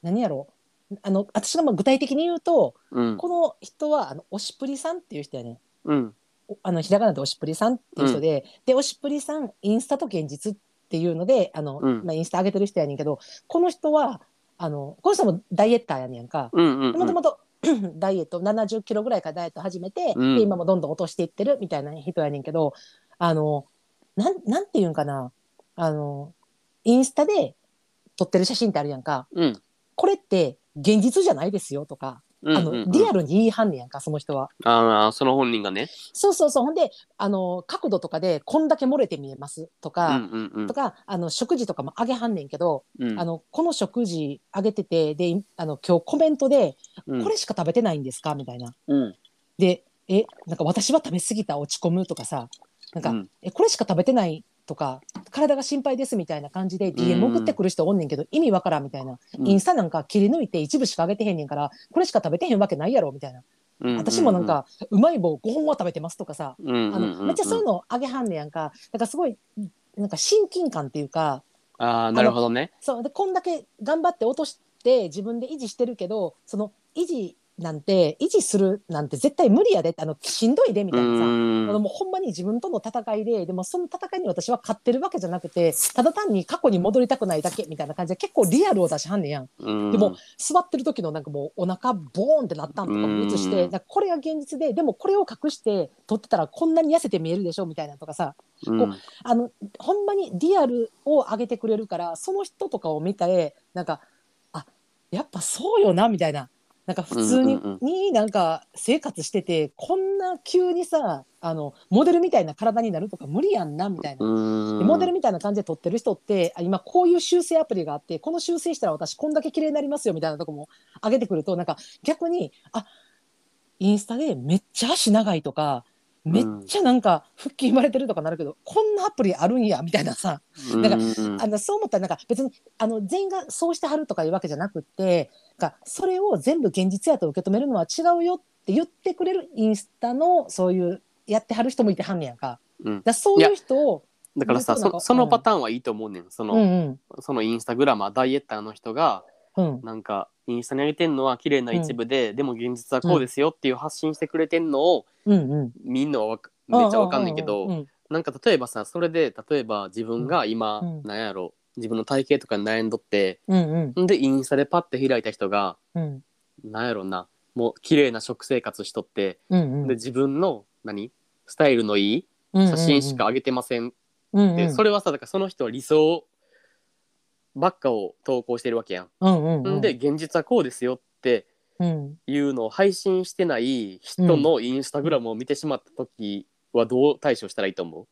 [SPEAKER 2] 何やろうあの私がまあ具体的に言うと
[SPEAKER 1] うん
[SPEAKER 2] この人はあの推しプリさんっていう人やね
[SPEAKER 1] うん
[SPEAKER 2] おあのひらがなで推しプリさんっていう人で、で推しプリさんインスタと現実っていうのであの、
[SPEAKER 1] うん
[SPEAKER 2] まあ、インスタ上げてる人やねんけどこの人はあのこの人もダイエッターやねんか。
[SPEAKER 1] うんうん
[SPEAKER 2] もともと [clears throat] ダイエット70キロぐらいからダイエット始めて、
[SPEAKER 1] うん
[SPEAKER 2] で今もどんどん落としていってるみたいな人やねんけどあのなんなんていうんかなあのインスタで撮ってる写真ってあるやんか
[SPEAKER 1] うん
[SPEAKER 2] これって現実じゃないですよとか、
[SPEAKER 1] うん
[SPEAKER 2] あ
[SPEAKER 1] うんう
[SPEAKER 2] の
[SPEAKER 1] ん
[SPEAKER 2] リアルに言いはんねやんかその人は
[SPEAKER 1] ああその本人がね
[SPEAKER 2] そうそうそうほんであの角度とかでこんだけ漏れて見えますと
[SPEAKER 1] う
[SPEAKER 2] か、
[SPEAKER 1] んうんうん
[SPEAKER 2] とかあの食事とかもあげはんねんけど、
[SPEAKER 1] うん
[SPEAKER 2] あのこの食事あげててであの今日コメントで、
[SPEAKER 1] うん
[SPEAKER 2] これしか食べてないんですかみたいな
[SPEAKER 1] うん
[SPEAKER 2] で、え、なんか私は食べ過ぎた、落ち込むとかさ、なんか、
[SPEAKER 1] うん
[SPEAKER 2] え、これしか食べてないとか、体が心配ですみたいな感じで
[SPEAKER 1] うん
[SPEAKER 2] DM 送ってくる人おんねんけど、意味わからんみたいな、
[SPEAKER 1] うん
[SPEAKER 2] インスタなんか切り抜いて一部しか上げてへんねんから、これしか食べてへんわけないやろみたいな。
[SPEAKER 1] うう
[SPEAKER 2] 私もなんか、うまい棒5本は食べてますとかさ、
[SPEAKER 1] うんうん
[SPEAKER 2] あ
[SPEAKER 1] うんう
[SPEAKER 2] の、
[SPEAKER 1] ん
[SPEAKER 2] めっちゃそういうのあげはんねやんか。だからすごい、なんか親近感っていうか、
[SPEAKER 1] ああなるほどね
[SPEAKER 2] そうでこんだけ頑張って落として自分で維持してるけどその維持なんて維持するなんて絶対無理やであのしんどいでみ
[SPEAKER 1] う
[SPEAKER 2] たいなさ。
[SPEAKER 1] ん
[SPEAKER 2] あのもうほんまに自分との戦いででもその戦いに私は勝ってるわけじゃなくてただ単に過去に戻りたくないだけみたいな感じで結構リアルを出しはんねやん
[SPEAKER 1] うん
[SPEAKER 2] でも座ってる時のなんかもうお腹ボーンってなったんとかも映して
[SPEAKER 1] うん
[SPEAKER 2] なんかこれが現実ででもこれを隠して撮ってたらこんなに痩せて見えるでしょみたいなとかさ
[SPEAKER 1] うん
[SPEAKER 2] こあのほんまにリアルを上げてくれるからその人とかを見てなんかあやっぱそうよなみたいななんか普通に,、
[SPEAKER 1] うんうんう
[SPEAKER 2] になんか生活しててこんな急にさあのモデルみたいな体になるとか無理やんなみたいな。
[SPEAKER 1] うん
[SPEAKER 2] でモデルみたいな感じで撮ってる人ってあ今こういう修正アプリがあってこの修正したら私こんだけ綺麗になりますよみたいなとこも上げてくるとなんか逆にあインスタでめっちゃ足長いとかめっちゃなんか腹筋言われてるとかなるけど、こんなアプリあるんやみたいなさ、なんか
[SPEAKER 1] うん
[SPEAKER 2] あのそう思ったらなんか別にあの全員がそうしてはるとかいうわけじゃなくってなんかそれを全部現実やと受け止めるのは違うよって言ってくれるインスタのそういうやってはる人もいてはんねやんか
[SPEAKER 1] うん
[SPEAKER 2] だからそういう人を
[SPEAKER 1] だからさ
[SPEAKER 2] 言うと
[SPEAKER 1] そ
[SPEAKER 2] なんか
[SPEAKER 1] そのパターンはいいと思うねんその,、
[SPEAKER 2] うんうん
[SPEAKER 1] そのインスタグラマーダイエッターの人が
[SPEAKER 2] うん
[SPEAKER 1] なんかインスタに上げてんのは綺麗な一部で、でも現実はこうですよっていう発信してくれてんのを
[SPEAKER 2] うんうん
[SPEAKER 1] みんなはわかめっちゃわかんないけど、
[SPEAKER 2] うんうん
[SPEAKER 1] なんか例えばさそれで例えば自分が今、
[SPEAKER 2] うん
[SPEAKER 1] なんやろ自分の体型とかに悩んどって
[SPEAKER 2] うん
[SPEAKER 1] んでインスタでパッて開いた人が
[SPEAKER 2] うん
[SPEAKER 1] なんやろなもう綺麗な食生活しとって、
[SPEAKER 2] うん
[SPEAKER 1] で自分の何スタイルのいい
[SPEAKER 2] うん
[SPEAKER 1] 写真しか上げてませんって、
[SPEAKER 2] うんうんうん
[SPEAKER 1] それはさだからその人は理想ばっかを投稿してるわけやん。
[SPEAKER 2] うんうんうん
[SPEAKER 1] ん、で現実はこうですよって
[SPEAKER 2] うん
[SPEAKER 1] いうのを配信してない人のインスタグラムを見てしまった時はどう対処したらいいと思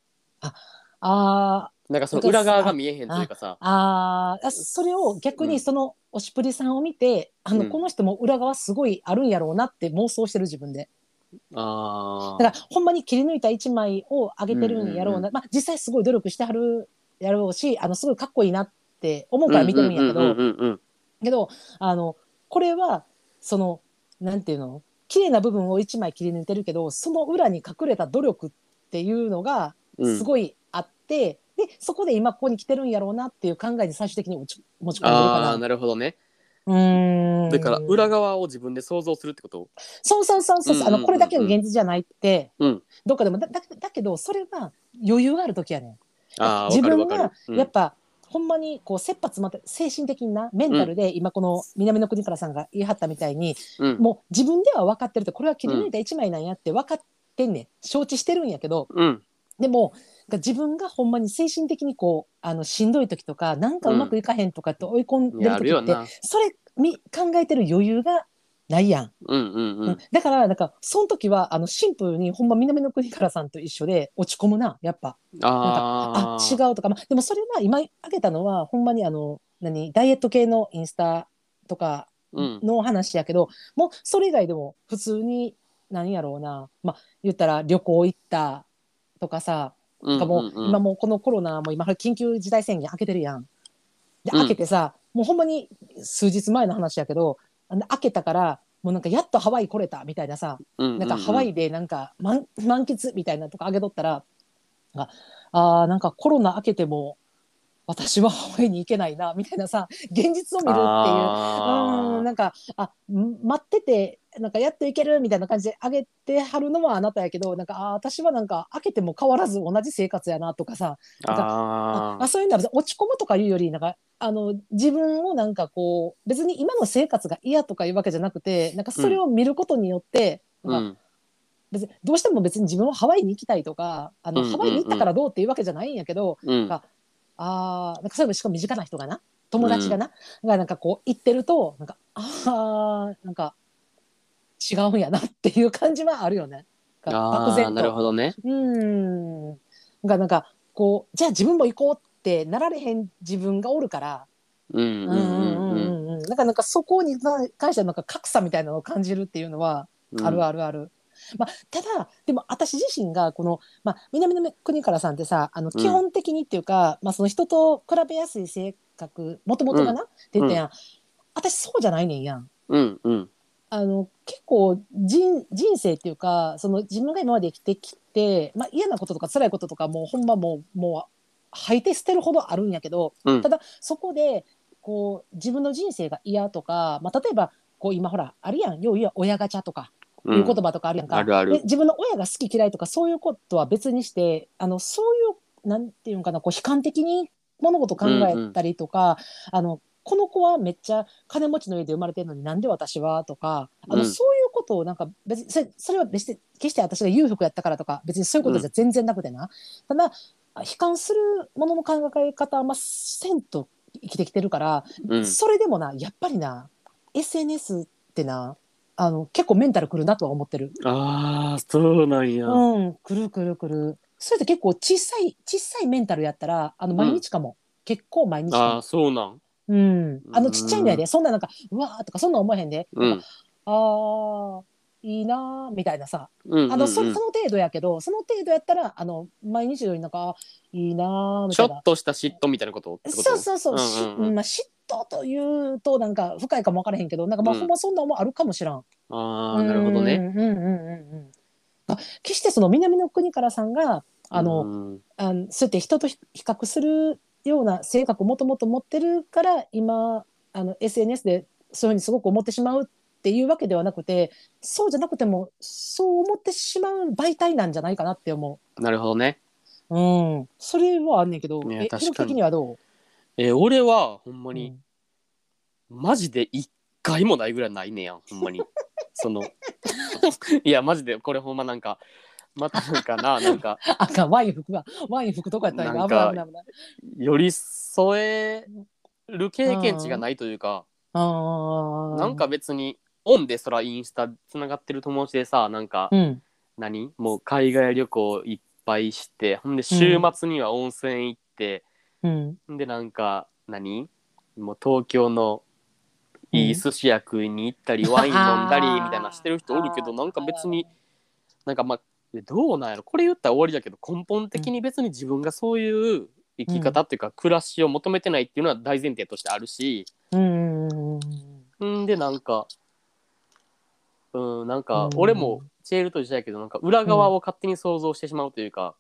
[SPEAKER 2] あー
[SPEAKER 1] うなんかその裏側が見えへんというかさ
[SPEAKER 2] あーあそれを逆
[SPEAKER 1] うん
[SPEAKER 2] にそのおしプリさんを見て、あ
[SPEAKER 1] うん
[SPEAKER 2] のこの人も裏側すごいあるんやろうなって妄想してる自分で
[SPEAKER 1] あ
[SPEAKER 2] だからほんまに切り抜いた一枚を上げてるんやろうな、
[SPEAKER 1] うんうん
[SPEAKER 2] まあ、実際すごい努力してはるやろうしあのすごいかっこいいなって思うから見てるんやけど、
[SPEAKER 1] ど
[SPEAKER 2] けどあのこれはそのなんていうの綺麗な部分を一枚切り抜いてるけどその裏に隠れた努力っていうのがす
[SPEAKER 1] い
[SPEAKER 2] ごいあって、でそこで今ここに来てるんやろうなっていう考えに最終的に持ち持ち込んでる
[SPEAKER 1] ああ
[SPEAKER 2] か
[SPEAKER 1] ー
[SPEAKER 2] な。
[SPEAKER 1] なるほどね
[SPEAKER 2] うーん
[SPEAKER 1] だから裏側を自分で想像するってこと
[SPEAKER 2] そうそうそうそう,、
[SPEAKER 1] うんうんうんうん
[SPEAKER 2] あのこれだけの現実じゃないって、
[SPEAKER 1] うん
[SPEAKER 2] どっかでもだだだけどそれは余裕がある時やねん。
[SPEAKER 1] ああ
[SPEAKER 2] 自
[SPEAKER 1] わかる
[SPEAKER 2] 分
[SPEAKER 1] わかる
[SPEAKER 2] がやっぱ、ほんまにこう切羽詰まって精神的なメンタルで、今この南の国からさんが言い張ったみたいに
[SPEAKER 1] うんうん
[SPEAKER 2] もう自分では分かってるとこれは切り抜いた一枚なんやって分かってんねん承知してるんやけど
[SPEAKER 1] うん
[SPEAKER 2] でもが自分がほんまに精神的にこうあのしんどい時とかなんかうまくいかへんとかって追い込んで
[SPEAKER 1] やる
[SPEAKER 2] る
[SPEAKER 1] よ
[SPEAKER 2] 時って、
[SPEAKER 1] な
[SPEAKER 2] それみ考えてる余裕がないやん。
[SPEAKER 1] うんうんう
[SPEAKER 2] うんんだからなんかその時はあのシンプルにほんま南の国からさんと一緒で落ち込むなやっぱ
[SPEAKER 1] あ
[SPEAKER 2] あ
[SPEAKER 1] あ
[SPEAKER 2] 違うとか、まあ、でもそれは今挙げたのはほんまにあの何ダイエット系のインスタとか
[SPEAKER 1] うん
[SPEAKER 2] の話やけど、もうそれ以外でも普通に何やろうな、まあ、言ったら旅行行ったとかさ、
[SPEAKER 1] うん
[SPEAKER 2] なんかもう今
[SPEAKER 1] も
[SPEAKER 2] もうこのコロナも今緊急事態宣言開けてるやん。で
[SPEAKER 1] うん
[SPEAKER 2] 開けてさ、もうほんまに数日前の話やけどあの開けたからもうなんかやっとハワイ来れたみたいなさなんかハワイでなんか満満喫みたいなとかあげとったらああーなんかコロナ明けても私はハワイに行けないなみたいなさ現実を見るっていううんなんかあん待っててなんかやっと行けるみたいな感じであげてはるのはあなたやけどなんかあー私はなんか明けても変わらず同じ生活やなとかさなんかあ
[SPEAKER 1] あ
[SPEAKER 2] あそういうのは別に落ち込むとかいうよりなんかあの自分をなんかこう別に今の生活が嫌とかいうわけじゃなくてなんかそれを見ることによって、
[SPEAKER 1] ー
[SPEAKER 2] なんか
[SPEAKER 1] うん
[SPEAKER 2] 別にどうしても別に自分はハワイに行きたいとかあの、
[SPEAKER 1] うんうんうん
[SPEAKER 2] ハワイに行ったからどうっていうわけじゃないんやけど
[SPEAKER 1] うん
[SPEAKER 2] なんかあーなんかそういうのしかも身近な人がな友達がな、がなんかこう行ってるとなんかあーなんか違うんやなっていう感じはあるよね。なんか
[SPEAKER 1] あ
[SPEAKER 2] 漠
[SPEAKER 1] あ
[SPEAKER 2] 然
[SPEAKER 1] なる
[SPEAKER 2] と
[SPEAKER 1] ほどね
[SPEAKER 2] うんがなんかこうじゃあ自分も行こうってなられへん自分がおるから
[SPEAKER 1] うんうん
[SPEAKER 2] ううんん
[SPEAKER 1] う
[SPEAKER 2] うんんうんなんかなんかそこに関してはなんか格差みたいなのを感じるっていうのは
[SPEAKER 1] うん
[SPEAKER 2] あるあるある。まあ、ただでも私自身がこの、まあ、南の国からさんってさあの
[SPEAKER 1] うん
[SPEAKER 2] 基本的にっていうか、まあ、その人と比べやすい性格もともとがな、って言ったやん、私そうじゃないねんやん。
[SPEAKER 1] うんうん
[SPEAKER 2] あの結構人人生っていうかその自分が今まで生きてきて、まあ、嫌なこととか辛いこととかもうほんまもうもう吐いて捨てるほどあるんやけど、
[SPEAKER 1] うん
[SPEAKER 2] ただそこでこう自分の人生が嫌とか、まあ、例えばこう今ほらあるやんよう言うやん親ガチャとか
[SPEAKER 1] うん
[SPEAKER 2] いう言葉とかあるやんか、
[SPEAKER 1] あるある
[SPEAKER 2] で自分の親が好き嫌いとかそういうことは別にしてあのそういうなんていうんかなこう悲観的に物事を考えたりとか、あのこの子はめっちゃ金持ちの家で生まれてるのになんで私はとかあの、
[SPEAKER 1] うん
[SPEAKER 2] そういうことをなんか別にそれそれは別に決して私が裕福やったからとか別にそういうことじゃ全然なくてな、ただ悲観するものの考え方はあんませんと生きてきてるから、
[SPEAKER 1] うん
[SPEAKER 2] それでもなやっぱりな SNS ってなあの結構メンタルくるなとは思ってる。
[SPEAKER 1] ああそうなんや
[SPEAKER 2] うん、くるくるくる。それって結構小さい小さいメンタルやったらあの毎日かも、結構毎日
[SPEAKER 1] ああ
[SPEAKER 2] か
[SPEAKER 1] そうなん
[SPEAKER 2] も。うん、あ
[SPEAKER 1] うん
[SPEAKER 2] のちっちゃいんだよでそんななんかうわーとかそんなん思えへんで、
[SPEAKER 1] うん
[SPEAKER 2] あーいいなーみたいなさ
[SPEAKER 1] うんうんうん
[SPEAKER 2] あのそその程度やけどその程度やったらあの毎日のよりなんかあいいなーみ
[SPEAKER 1] ち
[SPEAKER 2] た
[SPEAKER 1] ょ
[SPEAKER 2] いな
[SPEAKER 1] っとした嫉妬みたいなことってこと
[SPEAKER 2] そうそうそう、し
[SPEAKER 1] うんうんうん
[SPEAKER 2] まあ、嫉妬というとなんか深いかも分からへんけどなんかまあ
[SPEAKER 1] うん
[SPEAKER 2] ほんまそんなんもあるかもしらん。
[SPEAKER 1] ああなるほどね。
[SPEAKER 2] うんうんうんうんうんあ決してその南の国からさんがあの、
[SPEAKER 1] うん
[SPEAKER 2] あのそうやって人と比比較するような性格をもともと持ってるから今あの SNS でそういうふうにすごく思ってしまうっていうわけではなくてそうじゃなくてもそう思ってしまう媒体なんじゃないかなって思
[SPEAKER 1] なるほどね。
[SPEAKER 2] う。うん、それはあんねんけど、
[SPEAKER 1] いや
[SPEAKER 2] え
[SPEAKER 1] 確かに
[SPEAKER 2] ひろき的にはどう
[SPEAKER 1] えー俺はほんま
[SPEAKER 2] う
[SPEAKER 1] に
[SPEAKER 2] ん
[SPEAKER 1] マジで一回もないぐらいないねやんほんま [laughs] に。そのいやマジでこれほんまなんかまたなんか [laughs] ななんか
[SPEAKER 2] あかんワイン服がワイン服どこやったんや
[SPEAKER 1] なん
[SPEAKER 2] 危な
[SPEAKER 1] か
[SPEAKER 2] い危ない危ない。
[SPEAKER 1] 寄り添える経験値がないというか、
[SPEAKER 2] あー
[SPEAKER 1] なんか別にオンでそらインスタつながってる友達でさなんか、
[SPEAKER 2] うん
[SPEAKER 1] 何もう海外旅行いっぱいしてほんで週末には温泉行って、
[SPEAKER 2] うん
[SPEAKER 1] ほんでなんか何もう東京のいい寿司屋食いに行ったり、ワイン飲んだりみたいなしてる人おるけどなんか別になんかまあどうなんやろこれ言ったら終わりだけど根本的に別に自分がそういう生き方っていうか暮らしを求めてないっていうのは大前提としてあるし
[SPEAKER 2] うんうんうん
[SPEAKER 1] んでなんかうんなん
[SPEAKER 2] う
[SPEAKER 1] か
[SPEAKER 2] ん
[SPEAKER 1] 俺もチェールと一緒やけどなんか裏側を勝手に想像してしまうというか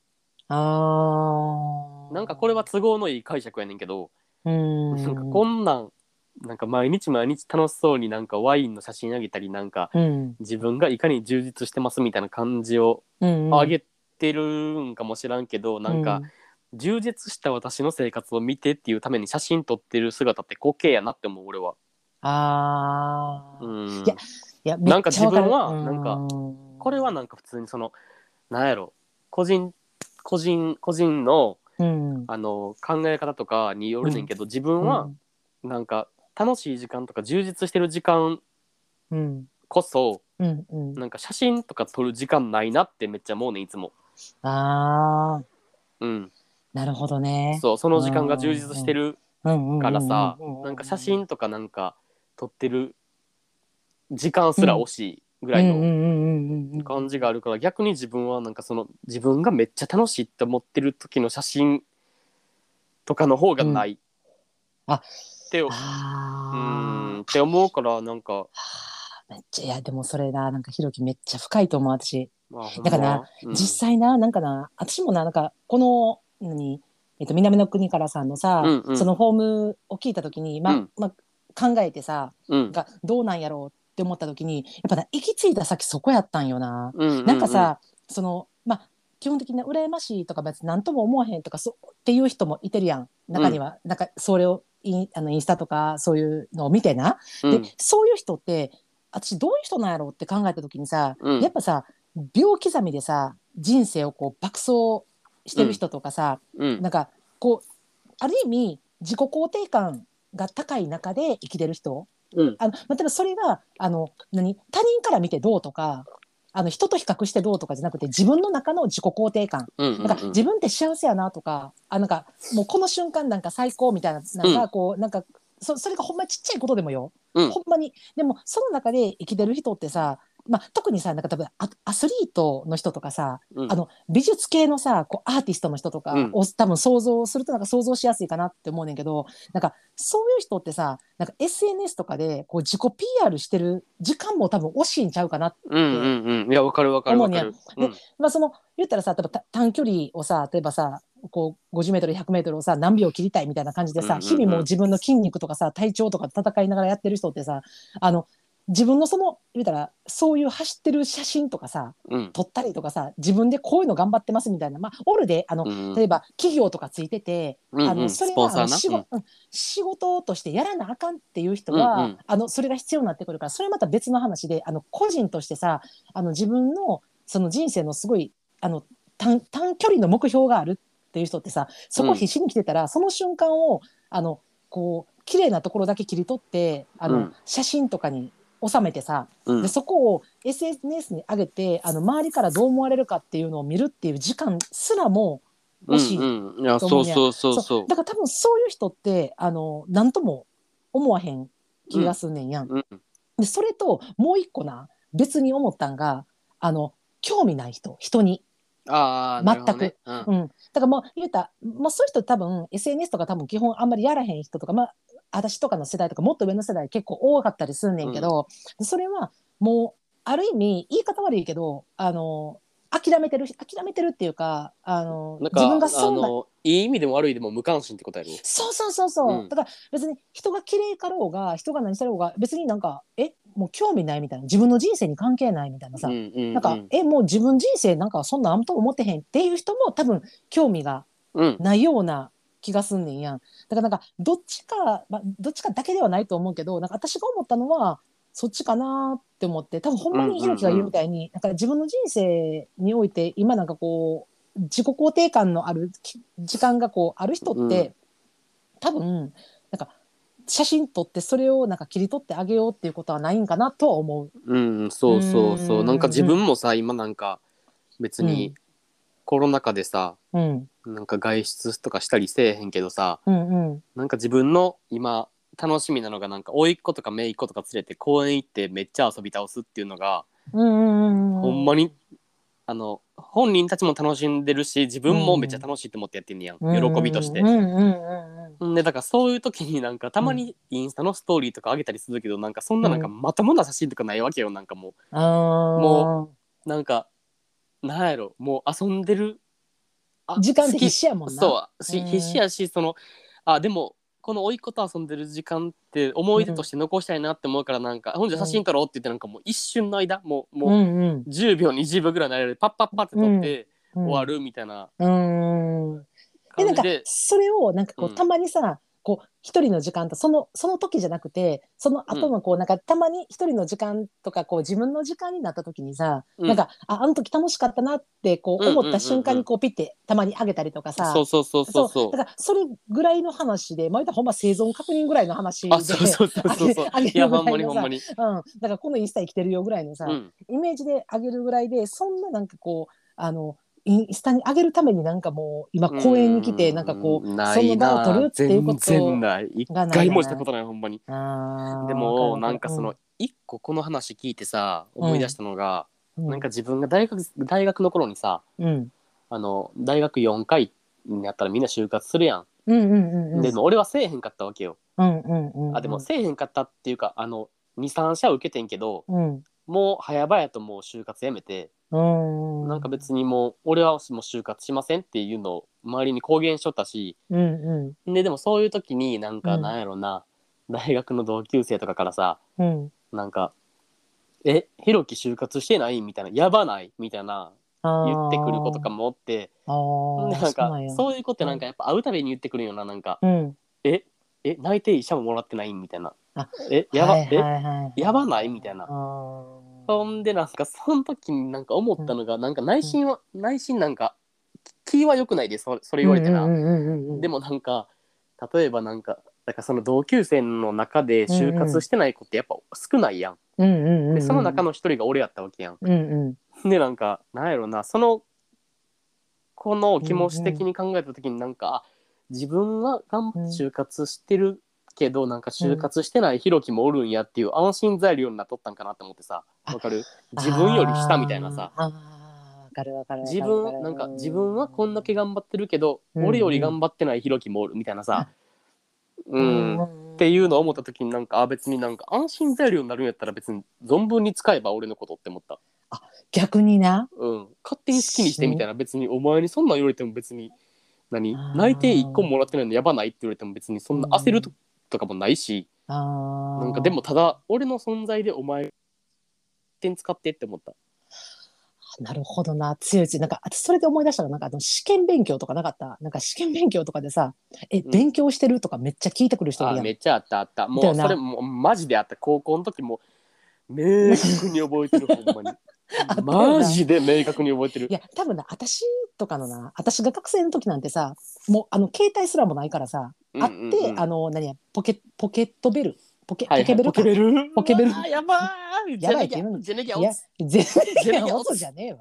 [SPEAKER 2] あー
[SPEAKER 1] なんかこれは都合のいい解釈やねんけど
[SPEAKER 2] うん
[SPEAKER 1] なんかこんなんなんか毎日毎日楽しそうになんかワインの写真あげたりなんか
[SPEAKER 2] うん
[SPEAKER 1] 自分がいかに充実してますみたいな感じを
[SPEAKER 2] うんうん
[SPEAKER 1] 上げてるんかもしらんけど、なんか充実した私の生活を見てっていうために写真撮ってる姿って滑稽やなって思う俺は。
[SPEAKER 2] ああ、
[SPEAKER 1] う
[SPEAKER 2] い
[SPEAKER 1] ん
[SPEAKER 2] やや
[SPEAKER 1] なんか
[SPEAKER 2] めっちゃわる
[SPEAKER 1] 自分はなんか
[SPEAKER 2] うん
[SPEAKER 1] これはなんか普通にそのなんやろ個人個人個人の
[SPEAKER 2] うん
[SPEAKER 1] あの考え方とかによるねんけど、自分はなんか楽しい時間とか充実してる時間
[SPEAKER 2] うん
[SPEAKER 1] こそ
[SPEAKER 2] うんうん
[SPEAKER 1] なんか写真とか撮る時間ないなってめっちゃ思うねんいつも。
[SPEAKER 2] ああ
[SPEAKER 1] うん、
[SPEAKER 2] なるほどね
[SPEAKER 1] そうその時間が充実してる
[SPEAKER 2] うんうん
[SPEAKER 1] からさ
[SPEAKER 2] ううう
[SPEAKER 1] なんか写真とかなんか撮ってる時間すら惜しいぐらい
[SPEAKER 2] うんう
[SPEAKER 1] の
[SPEAKER 2] んうんうんうん
[SPEAKER 1] 感じがあるから逆に自分はなんかその自分がめっちゃ楽しいって思ってる時の写真とかの方がない、
[SPEAKER 2] あ
[SPEAKER 1] ってう
[SPEAKER 2] あ
[SPEAKER 1] んって思うからなんか
[SPEAKER 2] あめっちゃいやでもそれななんかひろきめっちゃ深いと思う私
[SPEAKER 1] まあほん
[SPEAKER 2] だ
[SPEAKER 1] ま
[SPEAKER 2] から
[SPEAKER 1] うん
[SPEAKER 2] 実際ななんかな私もななんかこの何、えっと、南の国からさんのさ、
[SPEAKER 1] うんうん
[SPEAKER 2] そのホームを聞いた時に、ま
[SPEAKER 1] うん
[SPEAKER 2] ま考えてさ
[SPEAKER 1] うん
[SPEAKER 2] がどうなんやろうって思った時にやっぱな行き着いた先そこやったんよな。
[SPEAKER 1] ううう
[SPEAKER 2] なんかさ、そのまあ基本的に羨ましいとか別に何とも思わへんとかそうっていう人もいてるやん中には、なんかそれをインあのインスタとかそういうのを見てな、
[SPEAKER 1] うん
[SPEAKER 2] でそういう人って私どういう人なんやろうって考えた時にさ、
[SPEAKER 1] うん
[SPEAKER 2] やっぱさ秒刻みでさ人生をこう爆走してる人とかさ、
[SPEAKER 1] うん
[SPEAKER 2] なんかこうある意味自己肯定感が高い中で生きてる人
[SPEAKER 1] うん
[SPEAKER 2] あの、まあ、ただそれがあの何他人から見てどうとかあの人と比較してどうとかじゃなくて自分の中の自己肯定感
[SPEAKER 1] うんうん
[SPEAKER 2] なんか自分って幸せやなとかあなんかもうこの瞬間なんか最高みたいななん
[SPEAKER 1] う
[SPEAKER 2] かこうなんかそそれがほんまちっちゃいことでもよ、
[SPEAKER 1] うん
[SPEAKER 2] ほんまにでもその中で生きてる人ってさ、まあ、特にさなんか多分アアスリートの人とかさ
[SPEAKER 1] うん
[SPEAKER 2] あの美術系のさこうアーティストの人とか
[SPEAKER 1] うん
[SPEAKER 2] を、多分想像するとなんか想像しやすいかなって思うねんけどなんかそういう人ってさなんか SNS とかでこう自己 PR してる時間も多分惜しいんちゃうかな
[SPEAKER 1] うんうんうんいやわかるわかるわかる
[SPEAKER 2] 主にはまあ、その言ったらさ例えばた短距離をさ例えばさこう 50m100m をさ何秒切りたいみたいな感じでさ、
[SPEAKER 1] うんうんうん
[SPEAKER 2] 日々もう自分の筋肉とかさ体調とかと戦いながらやってる人ってさあの自分のその言ったらそういう走ってる写真とかさ
[SPEAKER 1] うん
[SPEAKER 2] 撮ったりとかさ自分でこういうの頑張ってますみたいなまあおるであの、
[SPEAKER 1] うん
[SPEAKER 2] 例えば企業とかついてて、
[SPEAKER 1] うん
[SPEAKER 2] あ
[SPEAKER 1] う
[SPEAKER 2] の
[SPEAKER 1] んス
[SPEAKER 2] それ
[SPEAKER 1] ポン
[SPEAKER 2] があ
[SPEAKER 1] サ
[SPEAKER 2] の仕
[SPEAKER 1] ーな
[SPEAKER 2] 事うん仕事としてやらなあかんっていう人は、
[SPEAKER 1] うんうん
[SPEAKER 2] あのそれが必要になってくるからそれはまた別の話であの個人としてさあの自分のその人生のすごいあの短短距離の目標があるっていう人ってさそこ必死に来てたら、その瞬間をあのこう綺麗なところだけ切り取ってあの、
[SPEAKER 1] うん
[SPEAKER 2] 写真とかに収めてさ
[SPEAKER 1] うん
[SPEAKER 2] でそこを SNS に上げてあの周りからどう思われるかっていうのを見るっていう時間すらも惜しい
[SPEAKER 1] うんうん、いや
[SPEAKER 2] と思
[SPEAKER 1] そううん
[SPEAKER 2] や
[SPEAKER 1] そうそうそう
[SPEAKER 2] だから多分そういう人ってあの何とも思わへん気がすんねんやん。
[SPEAKER 1] うん
[SPEAKER 2] でそれともう一個な別に思ったんがあの興味ない人人に、
[SPEAKER 1] ああ、なるほどね。うん。
[SPEAKER 2] うん、だからもう言うたら、まあ、そういう人多分 SNS とか多分基本あんまりやらへん人とか、まあ、私とかの世代とかもっと上の世代結構多かったりすんねんけど、それはもうある意味言い方悪いけどあの諦めてる諦めてるっていうかあの
[SPEAKER 1] なんか
[SPEAKER 2] 自分がそ
[SPEAKER 1] あ
[SPEAKER 2] んな
[SPEAKER 1] のいい意味でも悪いでも無関心ってことやろ。
[SPEAKER 2] そうそうそうそう、
[SPEAKER 1] うん
[SPEAKER 2] だから別に人が綺麗かろうが人が何したろうが別になんかえもう興味ないみたいな自分の人生に関係ないみたいなさ、
[SPEAKER 1] うんうんうん
[SPEAKER 2] なんか、えもう自分人生なんかそんなんあんまと思ってへんっていう人も多分興味が
[SPEAKER 1] うん
[SPEAKER 2] ないような気がすんねんやん。だからなんかどっちか、まあ、どっちかだけではないと思うけどなんか私が思ったのはそっちかなって思って多分ほんまにひろきが言うみたいに、なんか自分の人生において今なんかこう自己肯定感のあるき時間がこうある人って、
[SPEAKER 1] うん
[SPEAKER 2] 多分なんか写真撮ってそれをなんか切り取ってあげようっていうことはないんかなとは思う。
[SPEAKER 1] うん、そうそうそうう。
[SPEAKER 2] ん
[SPEAKER 1] なんか自分もさ、今なんか別
[SPEAKER 2] う
[SPEAKER 1] に
[SPEAKER 2] ん
[SPEAKER 1] コロナ禍でさ、
[SPEAKER 2] うん、
[SPEAKER 1] なんか外出とかしたりせえへんけどさ、
[SPEAKER 2] うん、うん
[SPEAKER 1] なんか自分の今楽しみなのがなんか甥いっ子とか姪っ子とか連れて公園行ってめっちゃ遊び倒すっていうのが、
[SPEAKER 2] うん
[SPEAKER 1] ほんまにあの本人たちも楽しんでるし自分もめっちゃ楽しいと思ってやってんねやん、喜びとして
[SPEAKER 2] うんう。んうんうん
[SPEAKER 1] んでだからそういう時になんかたまにインスタのストーリーとか上げたりするけど、なんかそんななんか
[SPEAKER 2] う
[SPEAKER 1] まともな写真とかないわけよなんかも
[SPEAKER 2] あー
[SPEAKER 1] もうなんかなんやろもう遊んでるあ
[SPEAKER 2] 時間って
[SPEAKER 1] 好き
[SPEAKER 2] 必死やもんな。
[SPEAKER 1] そうし
[SPEAKER 2] うん
[SPEAKER 1] 必死やしそのあでもこの甥いっ子と遊んでる時間って思い出として残したいなって思うからなんか、ほんじゃ写真撮ろうって言ってなんかもう一瞬の間もうもう、
[SPEAKER 2] んうん、
[SPEAKER 1] 10秒20秒ぐらいの間でパッパッパって撮って
[SPEAKER 2] 終
[SPEAKER 1] 終わ。るみたいな
[SPEAKER 2] うん。で
[SPEAKER 1] 感
[SPEAKER 2] なん
[SPEAKER 1] じ
[SPEAKER 2] か
[SPEAKER 1] で、
[SPEAKER 2] それをなんかこう、
[SPEAKER 1] うん
[SPEAKER 2] たまにさこう一人の時間とそのその時じゃなくてその後のこう、なんかたまに一人の時間とかこう自分の時間になった時にさ、
[SPEAKER 1] うん
[SPEAKER 2] なんかああの時楽しかったなってこう
[SPEAKER 1] うんうんうんうん
[SPEAKER 2] 思った瞬間にこうピッてたまに上げたりとかさ。
[SPEAKER 1] そうそうそうそう
[SPEAKER 2] そう
[SPEAKER 1] そう
[SPEAKER 2] だからそれぐらいの話で、まあ、言うたらほんま生存確認ぐらいの話で
[SPEAKER 1] あそうそうそうそうそう
[SPEAKER 2] あげあげる
[SPEAKER 1] いやほんま
[SPEAKER 2] ぐらい
[SPEAKER 1] にほん
[SPEAKER 2] のさ
[SPEAKER 1] まに
[SPEAKER 2] うん、だからこのインスタ生きてるよぐらいのさ、
[SPEAKER 1] うん
[SPEAKER 2] イメージで上げるぐらいでそんななんかこうあのインスタに上げるためになんかもう今公園に来てなんかこ
[SPEAKER 1] う
[SPEAKER 2] う
[SPEAKER 1] ん
[SPEAKER 2] そ
[SPEAKER 1] ない
[SPEAKER 2] の場を
[SPEAKER 1] な
[SPEAKER 2] 取るっていうこ
[SPEAKER 1] 全然
[SPEAKER 2] と
[SPEAKER 1] ない一
[SPEAKER 2] がない
[SPEAKER 1] 回もしたことないほんまに
[SPEAKER 2] あー
[SPEAKER 1] で
[SPEAKER 2] わ
[SPEAKER 1] も
[SPEAKER 2] るわ
[SPEAKER 1] な
[SPEAKER 2] る
[SPEAKER 1] んかその一個この話聞いてさ思い出したのが
[SPEAKER 2] うん
[SPEAKER 1] なんか自分が大学大学の頃にさ
[SPEAKER 2] うん
[SPEAKER 1] あの大学4回になったらみんな就活するや
[SPEAKER 2] うんうんうんうん
[SPEAKER 1] んでも俺はせえへんかったわけよ
[SPEAKER 2] うんうんうんうん
[SPEAKER 1] あでもせえへんかったっていうかあの23社受けてんけど
[SPEAKER 2] うん
[SPEAKER 1] もう早々ともう就活やめて、
[SPEAKER 2] うん
[SPEAKER 1] なんか別にもう俺はもう就活しませんっていうのを周りに公言しとったし
[SPEAKER 2] うんう
[SPEAKER 1] ででもそういう時になん
[SPEAKER 2] う
[SPEAKER 1] か
[SPEAKER 2] ん
[SPEAKER 1] なんやろな、大学の同級生とかからさ
[SPEAKER 2] んうん
[SPEAKER 1] なんか「えひろき就活してない?」みたいな「やばない?」みたいな言ってくる子とかもおって
[SPEAKER 2] あー
[SPEAKER 1] でなん
[SPEAKER 2] そう
[SPEAKER 1] か
[SPEAKER 2] なんや
[SPEAKER 1] そういう子ってなんかやっぱ会うたびに言ってくるよななんか
[SPEAKER 2] うん
[SPEAKER 1] 「ええ内定医者ももらってない?」みたいな
[SPEAKER 2] あ
[SPEAKER 1] 「えやば、
[SPEAKER 2] はいはいは
[SPEAKER 1] え
[SPEAKER 2] い
[SPEAKER 1] やばない?」みたいな
[SPEAKER 2] あー
[SPEAKER 1] そんでなんかその時になんか思ったのが、なんか内心は、内心なんか気気は良くないでそそれ言われてな、
[SPEAKER 2] うんうんうんうん
[SPEAKER 1] でもなんか例えばなんかだからその同級生の中で就活してない子ってやっぱ少ないやん、
[SPEAKER 2] うんうんうん
[SPEAKER 1] でその中の一人が俺やったわけやん、
[SPEAKER 2] うんうん
[SPEAKER 1] でなんかなんやろなその子の気持ち的に考えた時になんか、あ自分は頑張
[SPEAKER 2] うん
[SPEAKER 1] 就活してるけど、なんか就活してないひろきもおるんやっていう安心材料になっとったんかなって思ってさ
[SPEAKER 2] あ
[SPEAKER 1] わかる自分より下みたいなさ
[SPEAKER 2] あーあーわかるわかるわかる
[SPEAKER 1] 自分なんか自分はこんだけ頑張ってるけど、
[SPEAKER 2] うん
[SPEAKER 1] 俺より頑張ってないひろきもおるみたいなさ、う
[SPEAKER 2] うんん
[SPEAKER 1] っていうのを思った時になんかあ別になんか安心材料になるんやったら別に存分に使えば俺のことって思った、
[SPEAKER 2] 逆にな
[SPEAKER 1] うん、勝手に好きにしてみたいな別にお前にそんなん言われても別に何
[SPEAKER 2] あー
[SPEAKER 1] 内定1個もらってないのやばないって言われても別にそんな焦ると,、
[SPEAKER 2] う
[SPEAKER 1] とかもないし
[SPEAKER 2] あー
[SPEAKER 1] なんかでもただ俺の存在でお前点使ってって思った
[SPEAKER 2] なるほどな強い強いなんか私それで思い出したらなんかあの試験勉強とかなかったなんか試験勉強とかでさ「え
[SPEAKER 1] うん
[SPEAKER 2] 勉強してる?」とかめっちゃ聞いてくる人いる
[SPEAKER 1] あ
[SPEAKER 2] やん
[SPEAKER 1] めっちゃあったあった
[SPEAKER 2] だ
[SPEAKER 1] も
[SPEAKER 2] よ
[SPEAKER 1] う
[SPEAKER 2] な
[SPEAKER 1] それもうマジであった高校の時も明確に覚え
[SPEAKER 2] [laughs]
[SPEAKER 1] てるほんまに
[SPEAKER 2] ったよな
[SPEAKER 1] マジで明確に覚えてる
[SPEAKER 2] いや多分な私とかのな私が学生の時なんてさもうあの携帯すらもないからさ、あって、
[SPEAKER 1] うんうんうん
[SPEAKER 2] あの何やポケポケットベルポケ,、
[SPEAKER 1] はいはい
[SPEAKER 2] ポケベ
[SPEAKER 1] ポ
[SPEAKER 2] ル
[SPEAKER 1] ケベル
[SPEAKER 2] ポケベル
[SPEAKER 1] あーやばい
[SPEAKER 2] やばい
[SPEAKER 1] ジェネギャジェネギャ
[SPEAKER 2] いや
[SPEAKER 1] 落ち、
[SPEAKER 2] 全
[SPEAKER 1] 全
[SPEAKER 2] 然
[SPEAKER 1] 然
[SPEAKER 2] 音じゃねえわ。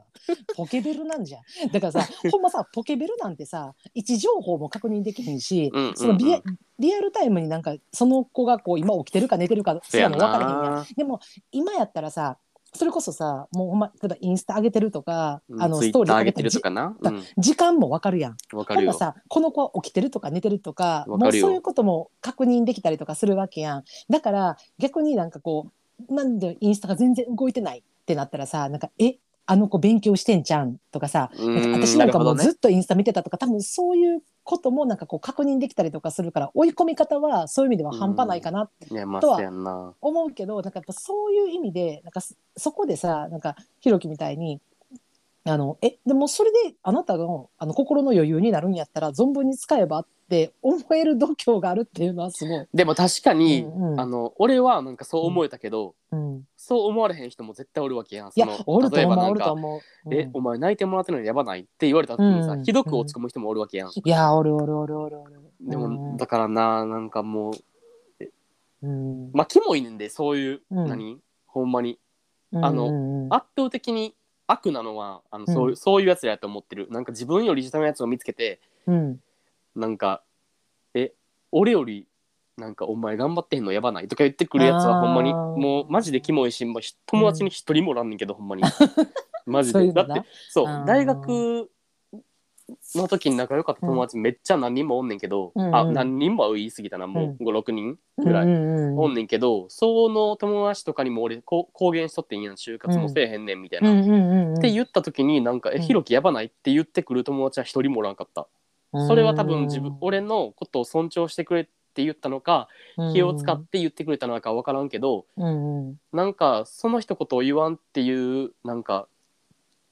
[SPEAKER 2] ポケベルなんじゃ。だか
[SPEAKER 1] [laughs]
[SPEAKER 2] らさ、ほんまさ、ポケベルなんてさ、位置情報も確認できへんし、
[SPEAKER 1] うんうんうん
[SPEAKER 2] そのリアリアルタイムになんか、その子がこう今起きてるか寝てるかすらも分からへんやん。でも、今やったらさ、それこそさもうほんま例えばインスタ上げてるとか、
[SPEAKER 1] うん
[SPEAKER 2] あの
[SPEAKER 1] ツイ
[SPEAKER 2] ス
[SPEAKER 1] ッ
[SPEAKER 2] トーリ
[SPEAKER 1] ター
[SPEAKER 2] ー
[SPEAKER 1] 上げ
[SPEAKER 2] 上げ
[SPEAKER 1] て
[SPEAKER 2] て
[SPEAKER 1] る
[SPEAKER 2] る
[SPEAKER 1] と
[SPEAKER 2] と
[SPEAKER 1] か
[SPEAKER 2] か
[SPEAKER 1] な。う
[SPEAKER 2] じ
[SPEAKER 1] ん、
[SPEAKER 2] 時間もわかるやん。
[SPEAKER 1] わか
[SPEAKER 2] ほん
[SPEAKER 1] る
[SPEAKER 2] な
[SPEAKER 1] よ。
[SPEAKER 2] さこの子は起きてるとか寝てるとか
[SPEAKER 1] わ
[SPEAKER 2] も
[SPEAKER 1] か
[SPEAKER 2] う
[SPEAKER 1] るよ
[SPEAKER 2] そういうことも確認できたりとかするわけやんだから逆になんかこうなんでインスタが全然動いてないってなったらさなんかえあの子勉強してんじゃんとかさ
[SPEAKER 1] う
[SPEAKER 2] なん
[SPEAKER 1] ん
[SPEAKER 2] か私なんかも
[SPEAKER 1] る
[SPEAKER 2] う
[SPEAKER 1] ほど
[SPEAKER 2] ず
[SPEAKER 1] ね
[SPEAKER 2] っとインスタ見てたとか、多分そういうこともなんかこう確認できたりとかするから追い込み方はそういう意味では半端ないかなって
[SPEAKER 1] いやまあ
[SPEAKER 2] とは
[SPEAKER 1] そうやんな。
[SPEAKER 2] 思うけど、なんかやっぱそういう意味でなんかそそこでさなんかひろきみたいにあのえでもそれであなたのあの心の余裕になるんやったら存分に使えばって思える度胸があるっていうのはすごい。
[SPEAKER 1] でも確かに、
[SPEAKER 2] うんうん
[SPEAKER 1] あの俺はなんかそう思えたけど、
[SPEAKER 2] うん、
[SPEAKER 1] そう思われへん人も絶対おるわけやん。
[SPEAKER 2] いや
[SPEAKER 1] その
[SPEAKER 2] おると
[SPEAKER 1] 例えば
[SPEAKER 2] 思
[SPEAKER 1] な
[SPEAKER 2] うお
[SPEAKER 1] ん
[SPEAKER 2] る
[SPEAKER 1] か
[SPEAKER 2] と思う。うん
[SPEAKER 1] え、お前泣いてもらってるのやばないって言われた時にさ、
[SPEAKER 2] うん
[SPEAKER 1] ひどく落ち込む人もおるわけやん。
[SPEAKER 2] いやおるおるおるおるおる。
[SPEAKER 1] でも、
[SPEAKER 2] うん
[SPEAKER 1] だからな、なんかもう、
[SPEAKER 2] うん
[SPEAKER 1] まあ、キモいねんで、そういう、
[SPEAKER 2] うん
[SPEAKER 1] 何ほんまに。あの
[SPEAKER 2] うんうん
[SPEAKER 1] 圧倒的に悪なのは、あのそういう
[SPEAKER 2] うん
[SPEAKER 1] そういうやつらやと思ってる。なんか自分より下のやつを見つけて、
[SPEAKER 2] うん
[SPEAKER 1] なんか、え、俺より、なんかお前頑張ってへんのやばないとか言ってくるやつは
[SPEAKER 2] あー
[SPEAKER 1] ほんまにもうマジでキモいしもうひ友達に一人もおらんねんけど、ほん
[SPEAKER 2] [laughs]
[SPEAKER 1] まにマジで
[SPEAKER 2] そういう
[SPEAKER 1] だ
[SPEAKER 2] の
[SPEAKER 1] っ
[SPEAKER 2] な
[SPEAKER 1] てそう
[SPEAKER 2] あー
[SPEAKER 1] 大学の時に仲良かった友達めっちゃ何人もおんねんけど、
[SPEAKER 2] うん
[SPEAKER 1] あ
[SPEAKER 2] うん
[SPEAKER 1] 何人もは言い過ぎたなもう56人ぐらい、
[SPEAKER 2] うん
[SPEAKER 1] おんねんけどその友達とかにも俺こう公言しとってんやん就活もせえへんねんみたいな、
[SPEAKER 2] うんうんうんうん
[SPEAKER 1] って言った時になんか「え
[SPEAKER 2] うん
[SPEAKER 1] ひろきやばない?」って言ってくる友達は一人もおらんかった。それは多分自分俺のことを尊重してくれって言ったのか気を使って言ってくれたのか分からんけど
[SPEAKER 2] うんうん
[SPEAKER 1] なんかその一言を言わんっていうなんか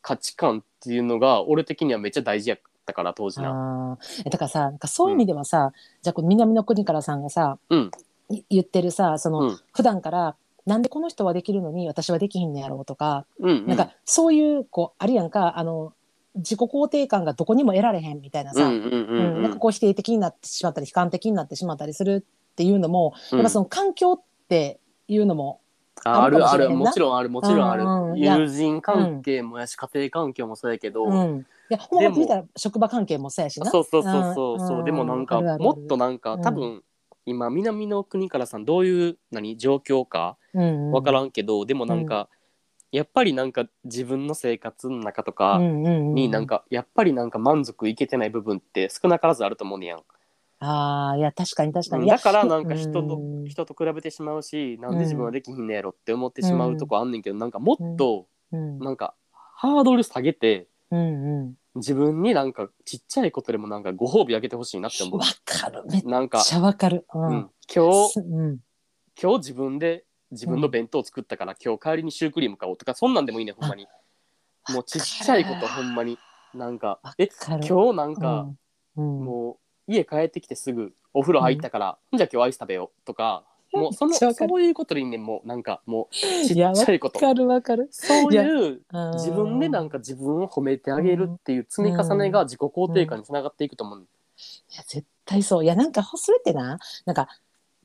[SPEAKER 1] 価値観っていうのが俺的にはめっちゃ大事やったから当時な。
[SPEAKER 2] あーえだからさなんかそういう意味ではさ、じゃあこの南の国からさんがさ、
[SPEAKER 1] うん
[SPEAKER 2] い言ってるさその、
[SPEAKER 1] うん
[SPEAKER 2] 普段からなんでこの人はできるのに私はできひんのやろうとか、
[SPEAKER 1] うんうん
[SPEAKER 2] なんかそういうこうあるやんかあの自己肯定感がどこにも得られへんみたいな
[SPEAKER 1] う
[SPEAKER 2] さ、
[SPEAKER 1] んうんう
[SPEAKER 2] うん
[SPEAKER 1] んう
[SPEAKER 2] なんか
[SPEAKER 1] ん
[SPEAKER 2] こう否定的になってしまったり悲観的になってしまったりするっていうのも、
[SPEAKER 1] うん
[SPEAKER 2] やっぱその環境っていうのも
[SPEAKER 1] ああ
[SPEAKER 2] ある
[SPEAKER 1] るあ
[SPEAKER 2] かもしれ
[SPEAKER 1] る
[SPEAKER 2] へんな
[SPEAKER 1] もちろんあるもちろんあ
[SPEAKER 2] うんうん
[SPEAKER 1] る
[SPEAKER 2] いや
[SPEAKER 1] 友人関係もやし家庭環境もそうやけど、
[SPEAKER 2] うん、いやほん
[SPEAKER 1] で
[SPEAKER 2] ま
[SPEAKER 1] も
[SPEAKER 2] 見たら職場関係もそうやしな。
[SPEAKER 1] そうそうそうそうそう、
[SPEAKER 2] うん
[SPEAKER 1] でもなん
[SPEAKER 2] あ
[SPEAKER 1] か
[SPEAKER 2] るあるある
[SPEAKER 1] もっとなんか
[SPEAKER 2] うん
[SPEAKER 1] 多分今南の国からさんどういう何状況か
[SPEAKER 2] うん
[SPEAKER 1] 分からんけど、でもなんか、やっぱりなんか自分の生活の中とかに
[SPEAKER 2] に
[SPEAKER 1] なんか、やっぱりなんか満足いけてない部分って少なからずあると思うねやん、
[SPEAKER 2] ああいや確かに確かに、
[SPEAKER 1] うん
[SPEAKER 2] いや
[SPEAKER 1] だからなんか人と、
[SPEAKER 2] うん
[SPEAKER 1] 人と比べてしまうしなんで自分はできひんのやろって思ってしまうとこあんねんけど、なんかもっと
[SPEAKER 2] うん
[SPEAKER 1] なんかハードル下げて
[SPEAKER 2] うんうん
[SPEAKER 1] 自分になんかちっちゃいことでもなんかご褒美あげてほしいなって思
[SPEAKER 2] わ
[SPEAKER 1] う
[SPEAKER 2] かるめっ
[SPEAKER 1] なんか、
[SPEAKER 2] ちゃわかるう
[SPEAKER 1] うんん、今日
[SPEAKER 2] すうん
[SPEAKER 1] 今日自分で自分の弁当作ったから、今日帰りにシュークリーム買おうとかそんなんでもいいねほんまにもうちっちゃいことほんまになんか
[SPEAKER 2] わ
[SPEAKER 1] え
[SPEAKER 2] かる
[SPEAKER 1] 今日なんか、
[SPEAKER 2] うんうん
[SPEAKER 1] もう家帰ってきてすぐお風呂入ったから、じゃあ今日アイス食べようとかもうその
[SPEAKER 2] めっちゃわ
[SPEAKER 1] そ
[SPEAKER 2] かる
[SPEAKER 1] ういうことでいいねんもうなんかもうちっ
[SPEAKER 2] い
[SPEAKER 1] ち
[SPEAKER 2] や
[SPEAKER 1] ゃ
[SPEAKER 2] わ
[SPEAKER 1] いこと
[SPEAKER 2] かるわかる
[SPEAKER 1] そういう
[SPEAKER 2] うん
[SPEAKER 1] 自分でなんか自分を褒めてあげるっていう積み重ねが自己肯定感につながっていくと思う、
[SPEAKER 2] いや絶対そういやなんかほそれってななんか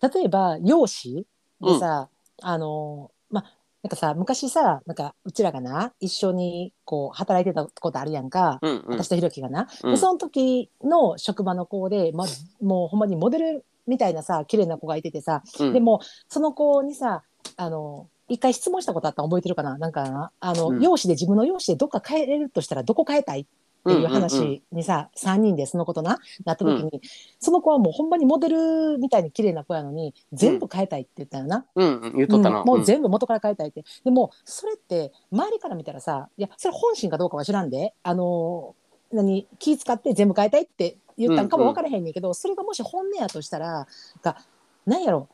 [SPEAKER 2] 例えば容姿でさ、あのまあなんかさ昔さなんかうちらがな一緒にこう働いてたことあるやんか、
[SPEAKER 1] うんうん
[SPEAKER 2] 私とひろきがな、
[SPEAKER 1] うん
[SPEAKER 2] でその時の職場の子で、ま、もうほんまにモデルみたいなさ綺麗な子がいててさ、
[SPEAKER 1] うん
[SPEAKER 2] でもその子にさあの一回質問したことあったの覚えてるかななんかなあの、
[SPEAKER 1] うん
[SPEAKER 2] 容姿で自分の容姿でどっか変えれるとしたらどこ変えたいっていう
[SPEAKER 1] うんうんうん
[SPEAKER 2] 話にさ、三3人でそのことななった時に、その子はもうほんまにモデルみたいに綺麗な子やのに全部変えたいって言ったよな、
[SPEAKER 1] うんうん言うとったな、
[SPEAKER 2] うんもう全部元から変えたいって、でもそれって周りから見たらさいやそれ本心かどうかは知らんであのー何気使って全部変えたいって言ったんかも
[SPEAKER 1] うんうん
[SPEAKER 2] 分からへんねんけど、それがもし本音やとしたらが何やろ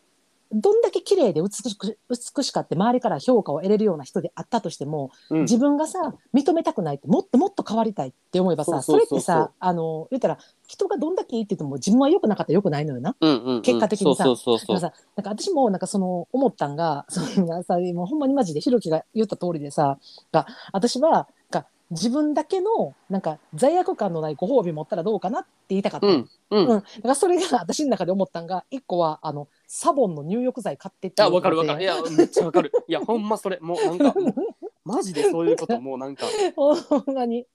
[SPEAKER 2] どんだけ綺麗で美しく美しかって周りから評価を得れるような人であったとしても、
[SPEAKER 1] うん
[SPEAKER 2] 自分がさ認めたくないってもっともっと変わりたいって思えばさ
[SPEAKER 1] そそ
[SPEAKER 2] そうれ
[SPEAKER 1] う
[SPEAKER 2] っ
[SPEAKER 1] そうそう
[SPEAKER 2] てさあの言ったら人がどんだけいいって言っても自分は良くなかったら良くないのよな。
[SPEAKER 1] うんうんうん
[SPEAKER 2] 結果的にさ
[SPEAKER 1] そうそうそう
[SPEAKER 2] だ
[SPEAKER 1] そう
[SPEAKER 2] からさなんか私もなんかその思ったんが [laughs] そのさもうほんまにマジでひろきが言った通りでさが私はが自分だけのなんか罪悪感のないご褒美持ったらどうかなって言いたかった、
[SPEAKER 1] うんうん
[SPEAKER 2] うんだからそれが [laughs] 私の中で思ったんが一個はあのサボンの入浴剤買ってって
[SPEAKER 1] あ、わかるわかる。いや、めっちゃわかる。いや、ほんまそれ、もうなんか、もうマジでそういうこと、もうなんか、
[SPEAKER 2] [laughs] ほんまに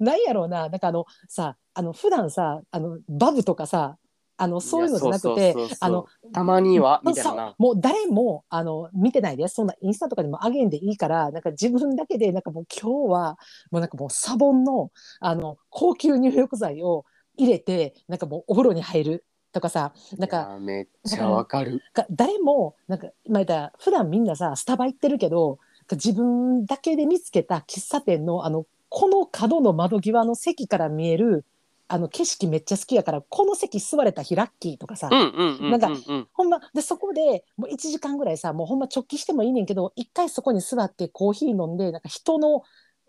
[SPEAKER 2] ないやろうななんかあのさあの普段さあのバブとかさあのそういうのじゃなく
[SPEAKER 1] い
[SPEAKER 2] て
[SPEAKER 1] やそうそうそうそう
[SPEAKER 2] あの
[SPEAKER 1] たまにはみたいな
[SPEAKER 2] そう
[SPEAKER 1] な
[SPEAKER 2] もう誰もあの見てないですそんなインスタとかにも上げんでいいからなんか自分だけでなんかもう今日はもうなんかもうサボンのあの高級入浴剤を入れてなんかもうお風呂に入るとかさなんか
[SPEAKER 1] いやめっちゃわかる
[SPEAKER 2] か誰もなんか今言った普段みんなさスタバ行ってるけど自分だけで見つけた喫茶店のあのこの角の窓際の席から見えるあの景色めっちゃ好きやからこの席座れた日ラッキーとかさ、
[SPEAKER 1] うんうんうんうん
[SPEAKER 2] なんか
[SPEAKER 1] うん
[SPEAKER 2] ほんまでそこでもう1時間ぐらいさもうほんま直帰してもいいねんけど一回そこに座ってコーヒー飲んでなんか人の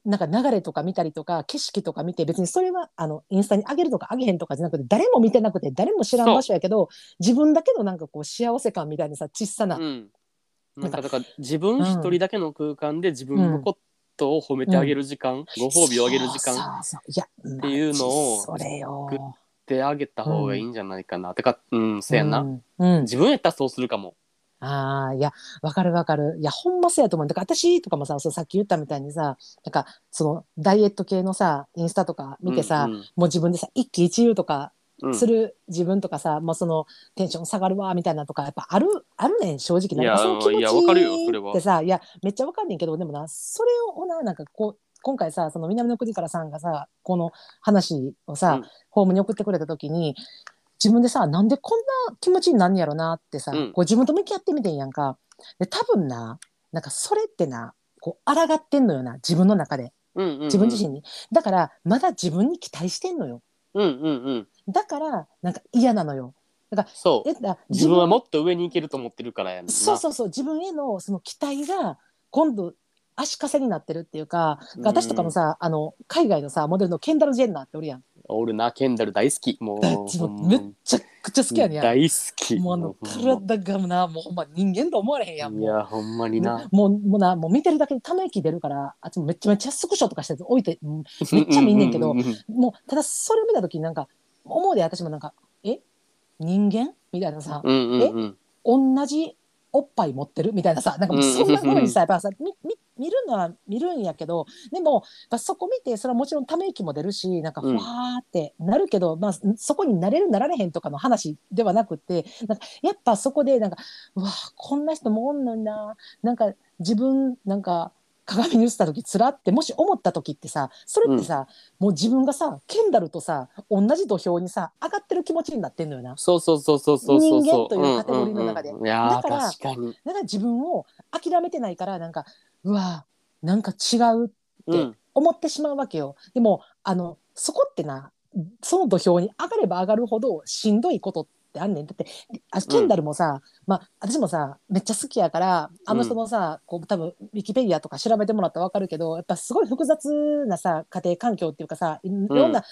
[SPEAKER 2] なんか流れとか見たりとか景色とか見て別にそれはあのインスタに上げるとか上げへんとかじゃなくて誰も見てなくて誰も知らん場所やけど自分だけのなんかこう幸せ感みたいなさ小さな
[SPEAKER 1] うんな
[SPEAKER 2] な
[SPEAKER 1] んん
[SPEAKER 2] か
[SPEAKER 1] かだから自分一人だけの空間で自分のことを褒めてあげる時間、ご褒美をあげる時間
[SPEAKER 2] そうそうそういや
[SPEAKER 1] っていうのを
[SPEAKER 2] マジそれよ
[SPEAKER 1] であげた方がいいんじゃないかな、てかうんそうやんな、
[SPEAKER 2] うんうん
[SPEAKER 1] 自分やったらそうするかも
[SPEAKER 2] ああ、いや、わかるわかる。いや、ほんまそうやと思う。だから私とかもさ、そうさっき言ったみたいにさ、なんか、その、ダイエット系のさ、インスタとか見てさ、
[SPEAKER 1] うん
[SPEAKER 2] もう自分でさ、一喜一憂とか
[SPEAKER 1] うんうん
[SPEAKER 2] する自分とかさ、もうその、テンション下がるわ、みたいなとか、やっぱある、あるねん、正直。
[SPEAKER 1] いや
[SPEAKER 2] なんかその気持
[SPEAKER 1] いや
[SPEAKER 2] ち
[SPEAKER 1] わかるよそれは
[SPEAKER 2] ってさ、いや、めっちゃわかんねんけど、でもな、それをな、なんかこう、今回さ、その南の国からさんがさ、この話をさ、
[SPEAKER 1] うん
[SPEAKER 2] ホームに送ってくれた時に、自分でさなんでこんな気持ちになんねやろなってさ、
[SPEAKER 1] うん
[SPEAKER 2] こう自分と向き合ってみてんやんかで多分ななんかそれってなこう抗ってんのよな自分の中で
[SPEAKER 1] うんうんうん
[SPEAKER 2] 自分自身に、だからまだ自分に期待してんのよ
[SPEAKER 1] うんうんうん
[SPEAKER 2] だからなんか嫌なのよ
[SPEAKER 1] そう
[SPEAKER 2] えだ
[SPEAKER 1] 自分はもっと上に行けると思ってるからやんな
[SPEAKER 2] そうそうそう自分へのその期待が今度足かせになってるっていうか
[SPEAKER 1] うん
[SPEAKER 2] 私とかもさ、あの海外のさモデルのケンダル・ジェンナーっておるやん
[SPEAKER 1] オールナケンダル大好きもう
[SPEAKER 2] 自
[SPEAKER 1] ほ
[SPEAKER 2] 分
[SPEAKER 1] ん
[SPEAKER 2] め
[SPEAKER 1] ま
[SPEAKER 2] っちゃくちゃ好きやねんや
[SPEAKER 1] 大好き
[SPEAKER 2] もうあの
[SPEAKER 1] ほんま
[SPEAKER 2] 体がなもうほんま人間と思われへんやんもう
[SPEAKER 1] いやほんまにな
[SPEAKER 2] もうもうなもう見てるだけでため息出るからあっちもめっちゃめっちゃスクショとかして置いてうんめっちゃ見んねんけど
[SPEAKER 1] うううん
[SPEAKER 2] もうただそれを見た時になんか思うで私もなんか「え人間?」みたいなさ
[SPEAKER 1] うんうんうん
[SPEAKER 2] 「同じおっぱい持ってる?」みたいなさなんかもうそんな風にさやっぱさみみ見るのは見るんやけどでもやっぱそこ見てそれはもちろんため息も出るしなんかふ
[SPEAKER 1] うん
[SPEAKER 2] わーってなるけど、まあ、そこになれるなられへんとかの話ではなくてなんかやっぱそこでなんかうわーこんな人もおんのにななんか自分なんか鏡に映った時つらってもし思った時ってさそれってさ、もう自分がさケンダルとさ同じ土俵にさ上がってる気持ちになってんのよな。
[SPEAKER 1] そうそうそうそうそうそう
[SPEAKER 2] 人間というカテゴリーの中で
[SPEAKER 1] うんうんうんいや
[SPEAKER 2] だから
[SPEAKER 1] ー確かに
[SPEAKER 2] だから自分を諦めてないからなんかうわなんか違うって
[SPEAKER 1] うん
[SPEAKER 2] 思ってしまうわけよ。でもあのそこってなその土俵に上がれば上がるほどしんどいことってあんねん。だってあケンダルもさ、まあ、私もさめっちゃ好きやからあの人もさ、こう多分ウィキペディアとか調べてもらったら分かるけどやっぱすごい複雑なさ家庭環境っていうかさいいろんな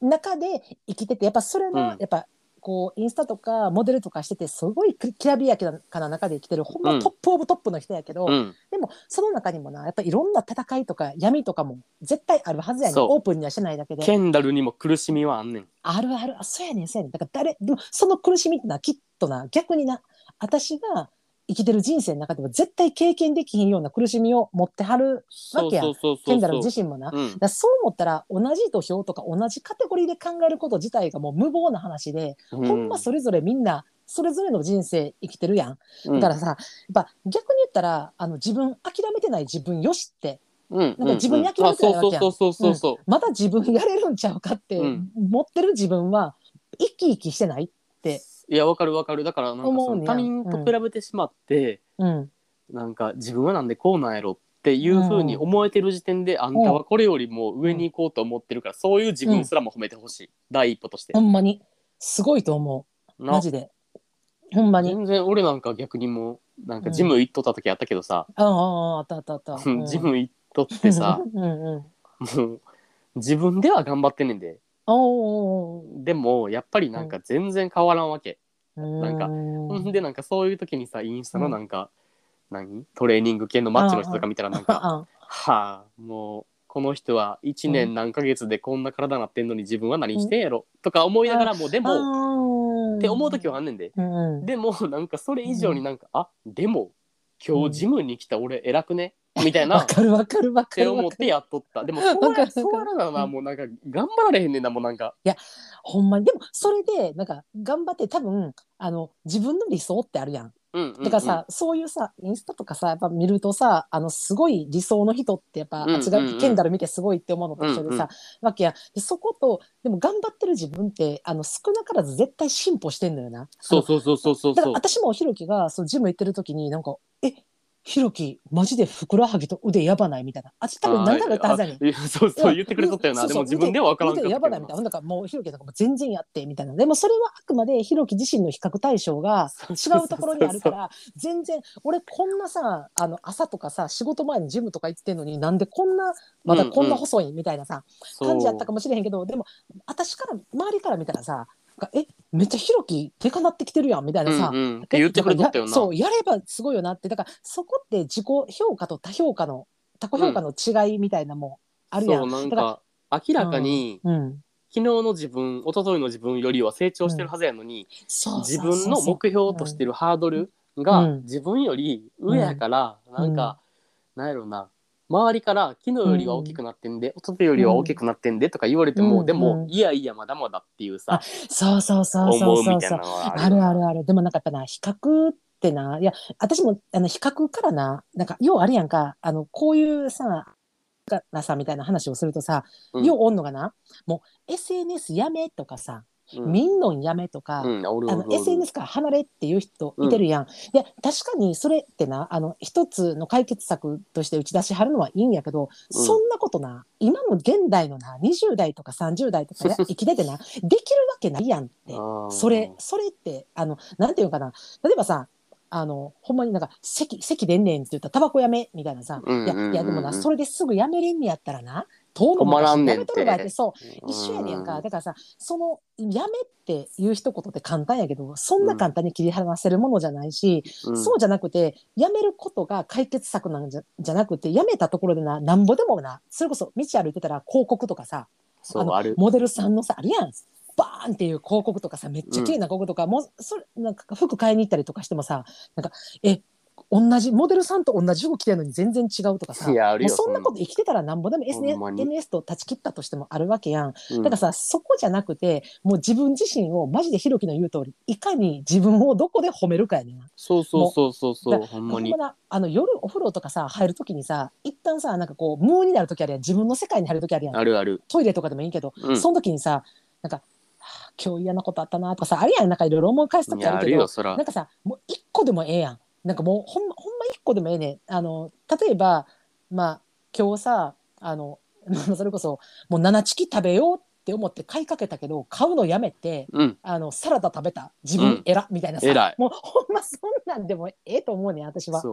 [SPEAKER 2] 中で生きててやっぱそれの、
[SPEAKER 1] うん
[SPEAKER 2] やっぱこうインスタとかモデルとかしててすごいききらびやかな中で生きてるほん
[SPEAKER 1] う
[SPEAKER 2] ま
[SPEAKER 1] ん
[SPEAKER 2] トップオブトップの人やけど、
[SPEAKER 1] うん
[SPEAKER 2] でもその中にもなやっぱいろんな戦いとか闇とかも絶対あるはずやねん
[SPEAKER 1] そう
[SPEAKER 2] オープンにはしてないだけで
[SPEAKER 1] ケンダルにも苦しみはあんねん
[SPEAKER 2] あるあるあそうやねんそうやねんだから誰でもその苦しみってのはきっとな逆にな私が生きてる人生の中でも絶対経験できひんような苦しみを持ってはる
[SPEAKER 1] そう
[SPEAKER 2] けや
[SPEAKER 1] そうそうそう
[SPEAKER 2] ケンダル自身もな。だか
[SPEAKER 1] うん
[SPEAKER 2] らそう思ったら同じ土俵とか同じカテゴリーで考えること自体がもう無謀な話で、
[SPEAKER 1] う
[SPEAKER 2] ほんまそれぞれみんなそれぞれの人生生きてるやん。
[SPEAKER 1] う
[SPEAKER 2] だ
[SPEAKER 1] ん
[SPEAKER 2] からさ、やっぱ逆に言ったらあの自分諦めてない自分よしって
[SPEAKER 1] うん
[SPEAKER 2] なんか自分に諦めてないわけやん
[SPEAKER 1] あそうそうそうそうそう
[SPEAKER 2] まだ自分やれるんちゃうかって、
[SPEAKER 1] うん
[SPEAKER 2] 持ってる自分は生き生きしてない。
[SPEAKER 1] いやわかるわかるだからなんか
[SPEAKER 2] 思う
[SPEAKER 1] そ
[SPEAKER 2] んや
[SPEAKER 1] の他人と比べてしまって
[SPEAKER 2] うん、
[SPEAKER 1] なんか自分はなんでこうなんやろっていうふうに思えてる時点であんたはこれよりも上に行こうと思ってるからそういう自分すらも褒めてほしい第一歩として
[SPEAKER 2] ほんまにすごいと思うマ
[SPEAKER 1] な
[SPEAKER 2] ジでほんまに。
[SPEAKER 1] 全然俺なんか逆にもうなんかジム行っとった時あったけどさ
[SPEAKER 2] あああああったあったあった。
[SPEAKER 1] [laughs]
[SPEAKER 2] うん
[SPEAKER 1] ジム行っとってさ
[SPEAKER 2] うんうん。
[SPEAKER 1] もう自分では頑張ってんねんで
[SPEAKER 2] おー
[SPEAKER 1] でもやっぱりなんか全然変わらんわけ、
[SPEAKER 2] おーおー。
[SPEAKER 1] なんか
[SPEAKER 2] う
[SPEAKER 1] ほん
[SPEAKER 2] ん
[SPEAKER 1] でなんかそういう時にさインスタのなんか、何トレーニング系のマッチの人とか見たらなんか
[SPEAKER 2] あ
[SPEAKER 1] はあもうこの人は1
[SPEAKER 2] う
[SPEAKER 1] 年何ヶ月でこんな体なってんのに自分は何してんやろ、とか思いながらもうで
[SPEAKER 2] あ
[SPEAKER 1] も
[SPEAKER 2] ー
[SPEAKER 1] って思う時はあんねんで
[SPEAKER 2] うんうん
[SPEAKER 1] でもなんかそれ以上になんか、あでも今日ジムに来た俺偉くねみたいな
[SPEAKER 2] わ
[SPEAKER 1] っ
[SPEAKER 2] かるわかるわか
[SPEAKER 1] て
[SPEAKER 2] るわ
[SPEAKER 1] 思っ
[SPEAKER 2] かる。
[SPEAKER 1] てやっとったでも
[SPEAKER 2] [laughs] わ
[SPEAKER 1] そう
[SPEAKER 2] か
[SPEAKER 1] や
[SPEAKER 2] る
[SPEAKER 1] そうやらななもうなんか頑張られへんねんなもうなんか
[SPEAKER 2] ほんまに。でも、それで、なんか、頑張って、多分、あの、自分の理想ってあるやん。
[SPEAKER 1] うんうんうん
[SPEAKER 2] だからさ、そういうさ、インスタとかさ、やっぱ見るとさ、あの、すごい理想の人って、やっ
[SPEAKER 1] う
[SPEAKER 2] ぱ、
[SPEAKER 1] んうんうん
[SPEAKER 2] あ違う、ケンダル見てすごいって思うのと一緒でさ、わけやん。でそこと、でも頑張ってる自分って、あの、少なからず絶対進歩してんのよな。
[SPEAKER 1] そうそうそうそうそう
[SPEAKER 2] だか
[SPEAKER 1] そ
[SPEAKER 2] ら
[SPEAKER 1] う
[SPEAKER 2] 私もひろきがそのジム行ってる時になんか「えひろきマジでふくらはぎと腕やばない」みたいなあっち多分何回も言ったはずやねん。
[SPEAKER 1] あいやそうそう言ってくれとったよ
[SPEAKER 2] う
[SPEAKER 1] なんで
[SPEAKER 2] そ
[SPEAKER 1] も
[SPEAKER 2] うそう
[SPEAKER 1] 自分では分からんかった
[SPEAKER 2] 腕
[SPEAKER 1] け
[SPEAKER 2] や
[SPEAKER 1] ど
[SPEAKER 2] ばないみたいな。なんかもうひろきなんかもう全然やってみたいな。でもそれはあくまでひろき自身の比較対象が違うところにあるから、全然俺こんなさ、あの朝とかさ、仕事前にジムとか行ってんのになんでこんな、まだこんな細いみたいなさ、感じやったかもしれへんけどでも私から周りから見たらさ「えめっちゃひろきでかなってきてるやん」みたいなさ、
[SPEAKER 1] うんうんって言ってくれとったよな
[SPEAKER 2] やそうやればすごいよなってだからそこって自己評価と他評価の他己評価の違いみたいなもんあるやん、
[SPEAKER 1] そうなん
[SPEAKER 2] だか
[SPEAKER 1] か明らかに
[SPEAKER 2] ら、うん、
[SPEAKER 1] 昨日の自分一昨日の自分よりは成長してるはずやのに、
[SPEAKER 2] そう
[SPEAKER 1] 自分の目標として
[SPEAKER 2] る
[SPEAKER 1] るハードル
[SPEAKER 2] う
[SPEAKER 1] が
[SPEAKER 2] ん
[SPEAKER 1] 自分より上やから、なんか、なんやろな周りから昨日よりは大きくなってんで、一昨日よりは大きくなってんでとか言われても、
[SPEAKER 2] うん
[SPEAKER 1] でも、
[SPEAKER 2] うん
[SPEAKER 1] いやいやまだまだっていうさ、
[SPEAKER 2] そうそうそうそう
[SPEAKER 1] 思う
[SPEAKER 2] そ
[SPEAKER 1] み
[SPEAKER 2] う
[SPEAKER 1] たい
[SPEAKER 2] そ
[SPEAKER 1] な
[SPEAKER 2] う
[SPEAKER 1] のは
[SPEAKER 2] あるあるあるでもなんかやっぱな比較ってないや私もあの比較からななんかようあるやんかあのこういうさなさみたいな話をするとさ、
[SPEAKER 1] うん
[SPEAKER 2] ようおんのがなもう SNS やめとかさ、
[SPEAKER 1] うん
[SPEAKER 2] みんのんやめとか、
[SPEAKER 1] うん、おる
[SPEAKER 2] あ
[SPEAKER 1] おるお
[SPEAKER 2] の
[SPEAKER 1] る
[SPEAKER 2] SNS から離れっていう人いてるやん、で確かにそれってなあの一つの解決策として打ち出しはるのはいいんやけど、
[SPEAKER 1] うん
[SPEAKER 2] そんなことな今の現代のな20代とか30代と
[SPEAKER 1] [laughs]
[SPEAKER 2] かや生きててなできるわけないやんって
[SPEAKER 1] あー
[SPEAKER 2] それそれってあのなんていうのかな例えばさあのほんまになんか「席席でんねん」って言ったら「タバコやめ」みたいなさ「
[SPEAKER 1] うんうんうんうん
[SPEAKER 2] いやいやでもなそれですぐやめれんねやったらな遠
[SPEAKER 1] 止まらんねん
[SPEAKER 2] やめ
[SPEAKER 1] て
[SPEAKER 2] とる場合ってそ
[SPEAKER 1] う
[SPEAKER 2] う
[SPEAKER 1] ん
[SPEAKER 2] 一緒やねんかだからさその「やめ」っていう一言って簡単やけどそんな簡単に切り離せるものじゃないし、
[SPEAKER 1] うん
[SPEAKER 2] そうじゃなくてやめることが解決策なんじゃじゃなくてやめたところでななんぼでもなそれこそ道歩いてたら広告とかさ
[SPEAKER 1] そう
[SPEAKER 2] あの
[SPEAKER 1] ある
[SPEAKER 2] モデルさんのさあるやんバーンっていう広告とかさめっちゃ綺麗な広告とか、もうそれなんか服買いに行ったりとかしてもさなんかえ同じモデルさんと同じ服着てるのに全然違うとかさ
[SPEAKER 1] いやある
[SPEAKER 2] もう
[SPEAKER 1] よ
[SPEAKER 2] そんなこと生きてたらなんぼでも
[SPEAKER 1] ほんまに
[SPEAKER 2] SNS と断ち切ったとしてもあるわけやん
[SPEAKER 1] と
[SPEAKER 2] だからさ、そこじゃなくて、もう自分自身を、マジでひろきの言う通り、いかに自分をどこで褒めるかやねんな。
[SPEAKER 1] そうそうそうそうそ
[SPEAKER 2] も
[SPEAKER 1] うほんまに
[SPEAKER 2] ほんまなあの夜お風呂とかさ、入るときにさ、一旦さ、なんかこう、無になるときあるやん。自分の世界に入るときあるやん。
[SPEAKER 1] あるある、
[SPEAKER 2] トイレとかでもいいけど、
[SPEAKER 1] うん、
[SPEAKER 2] その時にさ、なんか、はあ今日嫌なことあったなとかさ、あるやん、なんかいろいろ思い返すと
[SPEAKER 1] い
[SPEAKER 2] き
[SPEAKER 1] やあ
[SPEAKER 2] ある
[SPEAKER 1] る
[SPEAKER 2] けど
[SPEAKER 1] よ、そら
[SPEAKER 2] なんかさ、もう一個でもええやん。なんかもうほんま、ほんま一個でもええねん。あの、例えば、まあ、今日さ、あの、 [laughs] それこそ、もう7チキ食べようって思って買いかけたけど、買うのやめて、
[SPEAKER 1] うん
[SPEAKER 2] あの、サラダ食べた。自
[SPEAKER 1] う
[SPEAKER 2] 分
[SPEAKER 1] ん
[SPEAKER 2] 偉、みたいなさ。
[SPEAKER 1] 偉い
[SPEAKER 2] もうほんまそんなんでもええと思うねん、私は。
[SPEAKER 1] そう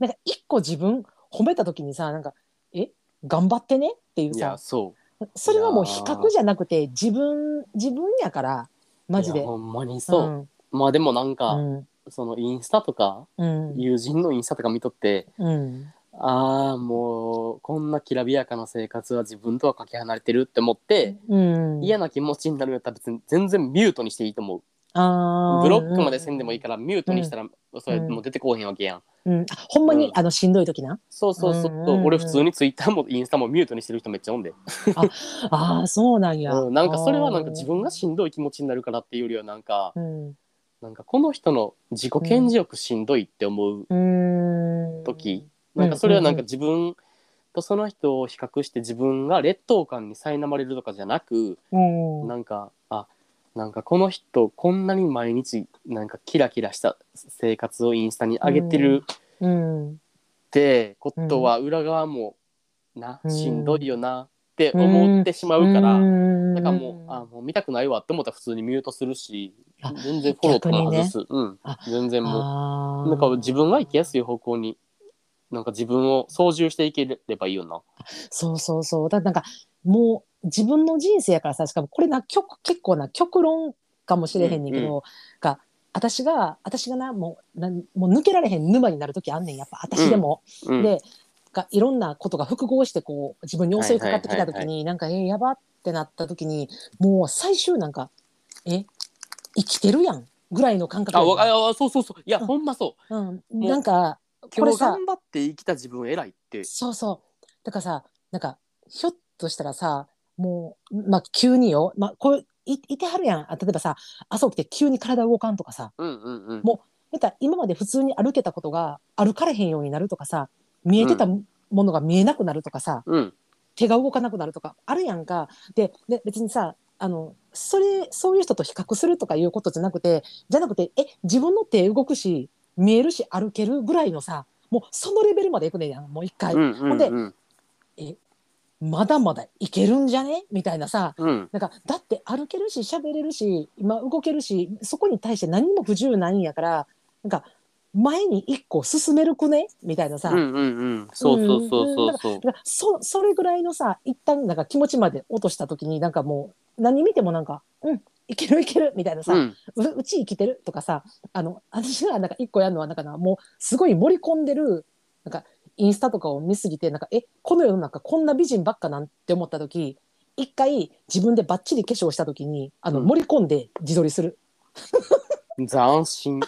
[SPEAKER 2] なんか一個自分褒めた時にさ、なんか、え頑張ってねっていう
[SPEAKER 1] い
[SPEAKER 2] さ
[SPEAKER 1] や、そ
[SPEAKER 2] それはもう比較じゃなくて、自分、自分やから、
[SPEAKER 1] う
[SPEAKER 2] マジ
[SPEAKER 1] い
[SPEAKER 2] で
[SPEAKER 1] や。ほんまにそう、まあでもなん
[SPEAKER 2] う
[SPEAKER 1] か、
[SPEAKER 2] ん。
[SPEAKER 1] そのインスタとか
[SPEAKER 2] うん。
[SPEAKER 1] 友人のインスタとか見とって
[SPEAKER 2] うん。
[SPEAKER 1] ああもうこんなきらびやかな生活は自分とはかけ離れてるって思って、
[SPEAKER 2] うん、
[SPEAKER 1] 嫌な気持ちになるんやったら別に全然ミュートにしていいと思う
[SPEAKER 2] あー
[SPEAKER 1] ブロックまでせんでもいいからミュートにしたら、それ
[SPEAKER 2] うん
[SPEAKER 1] もう出てこうへんわけやん、
[SPEAKER 2] うん、あほんまに、
[SPEAKER 1] うん
[SPEAKER 2] あのしんどい時な
[SPEAKER 1] そうそうそう,、
[SPEAKER 2] うんうんうん
[SPEAKER 1] 俺普通にツイッターもインスタもミュートにしてる人めっちゃおんで、
[SPEAKER 2] ああそうなんや、
[SPEAKER 1] うん、なんかそれはなんか自分がしんどい気持ちになるからっていうよりはなんか、
[SPEAKER 2] うん
[SPEAKER 1] なんかこの人の自己顕示欲しんどいって思う
[SPEAKER 2] うん
[SPEAKER 1] 時、
[SPEAKER 2] うん
[SPEAKER 1] なんかそれはなんか自分とその人を比較して自分が劣等感に苛まれるとかじゃなく、
[SPEAKER 2] うん
[SPEAKER 1] なんかあなんかこの人こんなに毎日なんかキラキラした生活をインスタに上げてるっ
[SPEAKER 2] うん
[SPEAKER 1] てことは裏側もな、
[SPEAKER 2] うん
[SPEAKER 1] しんどいよなって思ってしまうから、だからもうあもう見たくないわって思ったら普通にミュートするし
[SPEAKER 2] あ
[SPEAKER 1] 全然フォローとかも外す、うん
[SPEAKER 2] あ
[SPEAKER 1] 全然もう。
[SPEAKER 2] あー
[SPEAKER 1] なんか自分が生きやすい方向になんか自分を操縦していければいいよな。
[SPEAKER 2] そうそうそうだからなんかもう自分の人生やからさしかもこれな極結構な極論かもしれへんねんけ
[SPEAKER 1] う
[SPEAKER 2] ど、
[SPEAKER 1] ん
[SPEAKER 2] が私が私がなもうなんもう抜けられへん沼になる時あんねんやっぱ私でも、
[SPEAKER 1] うん、
[SPEAKER 2] でがいろんなことが複合してこう自分に襲いかかってきた時に、
[SPEAKER 1] はいはい
[SPEAKER 2] なんかえーやばってなった時にもう最終なんかえ生きてるやんぐらいの感覚
[SPEAKER 1] あ
[SPEAKER 2] やん
[SPEAKER 1] わあそうそうそういや、
[SPEAKER 2] うん
[SPEAKER 1] ほんまそ
[SPEAKER 2] うん、
[SPEAKER 1] もう
[SPEAKER 2] なんかこ
[SPEAKER 1] 今
[SPEAKER 2] れ
[SPEAKER 1] 日
[SPEAKER 2] さ
[SPEAKER 1] 頑張って生きた自分偉いって
[SPEAKER 2] そうそうだからさなんかひょっとしたらさもうまあ急によ、まあ、こういいてはるやんあ例えばさ朝起きて急に体動かんとかさ
[SPEAKER 1] うんうんうん
[SPEAKER 2] もまた今まで普通に歩けたことが歩かれへんようになるとかさ見えてたものが見えなくなるとかさ、
[SPEAKER 1] うん
[SPEAKER 2] 手が動かなくなるとかあるやんかでで別にさあのそれそういう人と比較するとかいうことじゃなくてじゃなくてえ自分の手動くし見えるし歩けるぐらいのさもうそのレベルまでいくねんやんもう一回、
[SPEAKER 1] うんうん
[SPEAKER 2] ほんで
[SPEAKER 1] うん
[SPEAKER 2] まだまだいけるんじゃねみたいなさ
[SPEAKER 1] うん
[SPEAKER 2] なんかだって歩けるし喋れるし今動けるしそこに対して何も不自由ないんやからなんか前に一個進めるくねみたいなさ、
[SPEAKER 1] うんうんうんそうそうそうそうそう
[SPEAKER 2] だからそそれぐらいのさ一旦なんか気持ちまで落とした時になんかもう何見てもなんか「うんいけるいける」みたいなさ、
[SPEAKER 1] う
[SPEAKER 2] うんうち生きてる」とかさあの私がなんか一個やるのはなんかなもうすごい盛り込んでるなんかインスタとかを見すぎてなんかえこの世の中こんな美人ばっかなんて思った時一回自分でバッチリ化粧した時にあの
[SPEAKER 1] うん
[SPEAKER 2] 盛り込んで自撮りする、 [laughs]
[SPEAKER 1] 斬新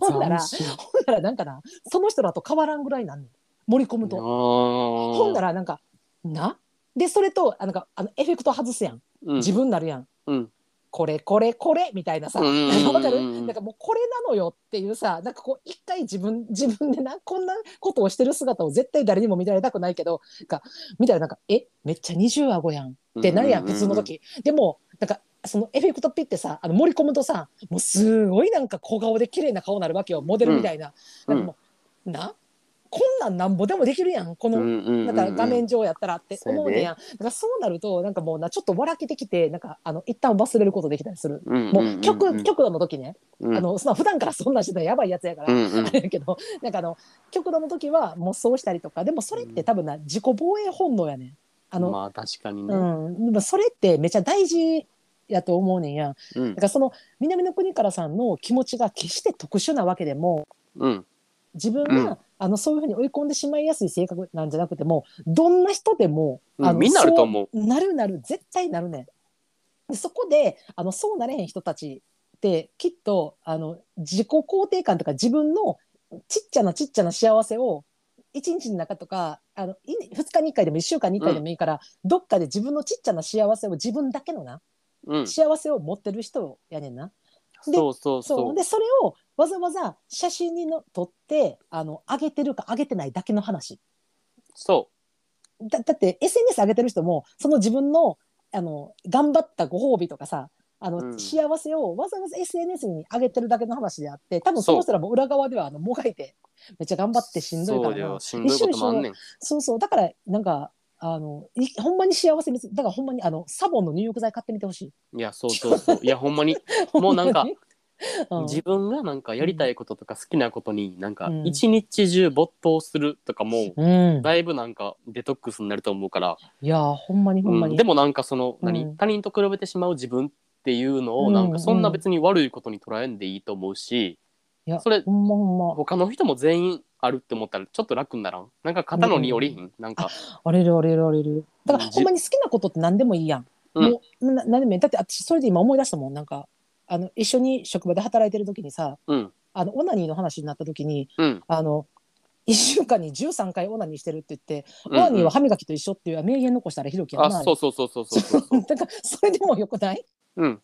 [SPEAKER 2] ほんなら
[SPEAKER 1] 斬新
[SPEAKER 2] ほんならなんかなその人らと変わらんぐらいなんねん盛り込むと。ほんな
[SPEAKER 1] ら
[SPEAKER 2] らなんか「な?」でそれとあなんかあのエフェクト外すやん自分なるやん、
[SPEAKER 1] 分
[SPEAKER 2] これこれこれみたいなさ、
[SPEAKER 1] うんうんうんうん
[SPEAKER 2] [laughs] わかるなんかもうこれなのよっていうさなんかこう一回自分 [laughs] 自分でなこんなことをしてる姿を絶対誰にも見られたくないけどが見たらなんか「えめっちゃ二重顎やん」ってなるやん普通の時、でもなんかそのエフェクトピってさあの盛り込むとさもうすごいなんか小顔で綺麗な顔になるわけよモデルみたいな、
[SPEAKER 1] うん
[SPEAKER 2] なんかもう、なこんなんなんぼでもできるやんこの
[SPEAKER 1] な
[SPEAKER 2] なんか画面上やったらって
[SPEAKER 1] そうやね
[SPEAKER 2] 思うねやん。だからそうなるとなんかもうなちょっと笑けてきてなんかあの一旦忘れることできたりする。もう極極度の時ね、あのそんな普段からそんなんしてたらやばいやつやから、あれやけどなんかあの極度の時はもうそうしたりとかでもそれって多分な自己防衛本能やねんあ
[SPEAKER 1] あ
[SPEAKER 2] の、
[SPEAKER 1] まあ確かにね
[SPEAKER 2] うんでもそれってめちゃ大事やと思うねんやんだ
[SPEAKER 1] うん
[SPEAKER 2] からその南の国からさんの気持ちが決して特殊なわけでも
[SPEAKER 1] うん
[SPEAKER 2] 自分
[SPEAKER 1] う
[SPEAKER 2] が、あのそういうふうに追い込んでしまいやすい性格なんじゃなくてもどんな人でも、
[SPEAKER 1] うん
[SPEAKER 2] あの
[SPEAKER 1] みんなあると思う
[SPEAKER 2] そうなるなる絶対なるねんでそこであのそうなれへん人たちってきっとあの自己肯定感とか自分のちっちゃなちっちゃな幸せを1日の中とかあの2日に1回でも1週間に1回でもいいから、どっかで自分のちっちゃな幸せを自分だけのな、
[SPEAKER 1] うん
[SPEAKER 2] 幸せを持ってる人やねんな。で
[SPEAKER 1] そうそう
[SPEAKER 2] そう
[SPEAKER 1] そう
[SPEAKER 2] でそれをわざわざ写真にの撮ってあの上げてるか上げてないだけの話
[SPEAKER 1] そ
[SPEAKER 2] だだって SNS 上げてる人もその自分のあの頑張ったご褒美とかさあの、
[SPEAKER 1] うん
[SPEAKER 2] 幸せをわざわざ SNS に上げてるだけの話であって多分その人らも裏側ではあのもがいてめっちゃ頑張って
[SPEAKER 1] う
[SPEAKER 2] しんどいか
[SPEAKER 1] そう
[SPEAKER 2] らな
[SPEAKER 1] よしんどいこともあんねん
[SPEAKER 2] そうそうだからなんかあのいほんまに幸せにだからほんまにあのサボンの入浴剤買ってみてほしい。
[SPEAKER 1] いやそうそうそういやほんまにもうなんか
[SPEAKER 2] ほ [laughs] んまに、うん
[SPEAKER 1] 自分がなんかやりたいこととか好きなことになんか
[SPEAKER 2] うん
[SPEAKER 1] 一日中没頭するとかも
[SPEAKER 2] うん、
[SPEAKER 1] だいぶなんかデトックスになると思うから
[SPEAKER 2] いやーほんまにほんま
[SPEAKER 1] う
[SPEAKER 2] に。
[SPEAKER 1] んでもなんかその
[SPEAKER 2] うん
[SPEAKER 1] 何、他人と比べてしまう自分っていうのをなん
[SPEAKER 2] うん
[SPEAKER 1] かそんな別に悪いことに捉えんでいいと思うし、
[SPEAKER 2] いや
[SPEAKER 1] それ
[SPEAKER 2] ほんまほんま。
[SPEAKER 1] 他の人も全員あるって思ったらちょっと楽にならんなんか肩の荷降りひん、なんか
[SPEAKER 2] あれるあれるあれる。だから、
[SPEAKER 1] うん
[SPEAKER 2] ほんまに好きなことって何でもいいやん。
[SPEAKER 1] うん
[SPEAKER 2] もうな何でもいい。だって私それで今思い出したもん。なんかあの一緒に職場で働いてる時にさ、
[SPEAKER 1] うん
[SPEAKER 2] あのオナニーの話になった時に、
[SPEAKER 1] うん
[SPEAKER 2] あの1週間に13回オナニーしてるって言って、
[SPEAKER 1] うん
[SPEAKER 2] オナニーは歯磨きと一緒っていう名言残したらひろきや
[SPEAKER 1] あ
[SPEAKER 2] な。
[SPEAKER 1] そうそうそうそうそうそうそう
[SPEAKER 2] だからそれでもよくない
[SPEAKER 1] うん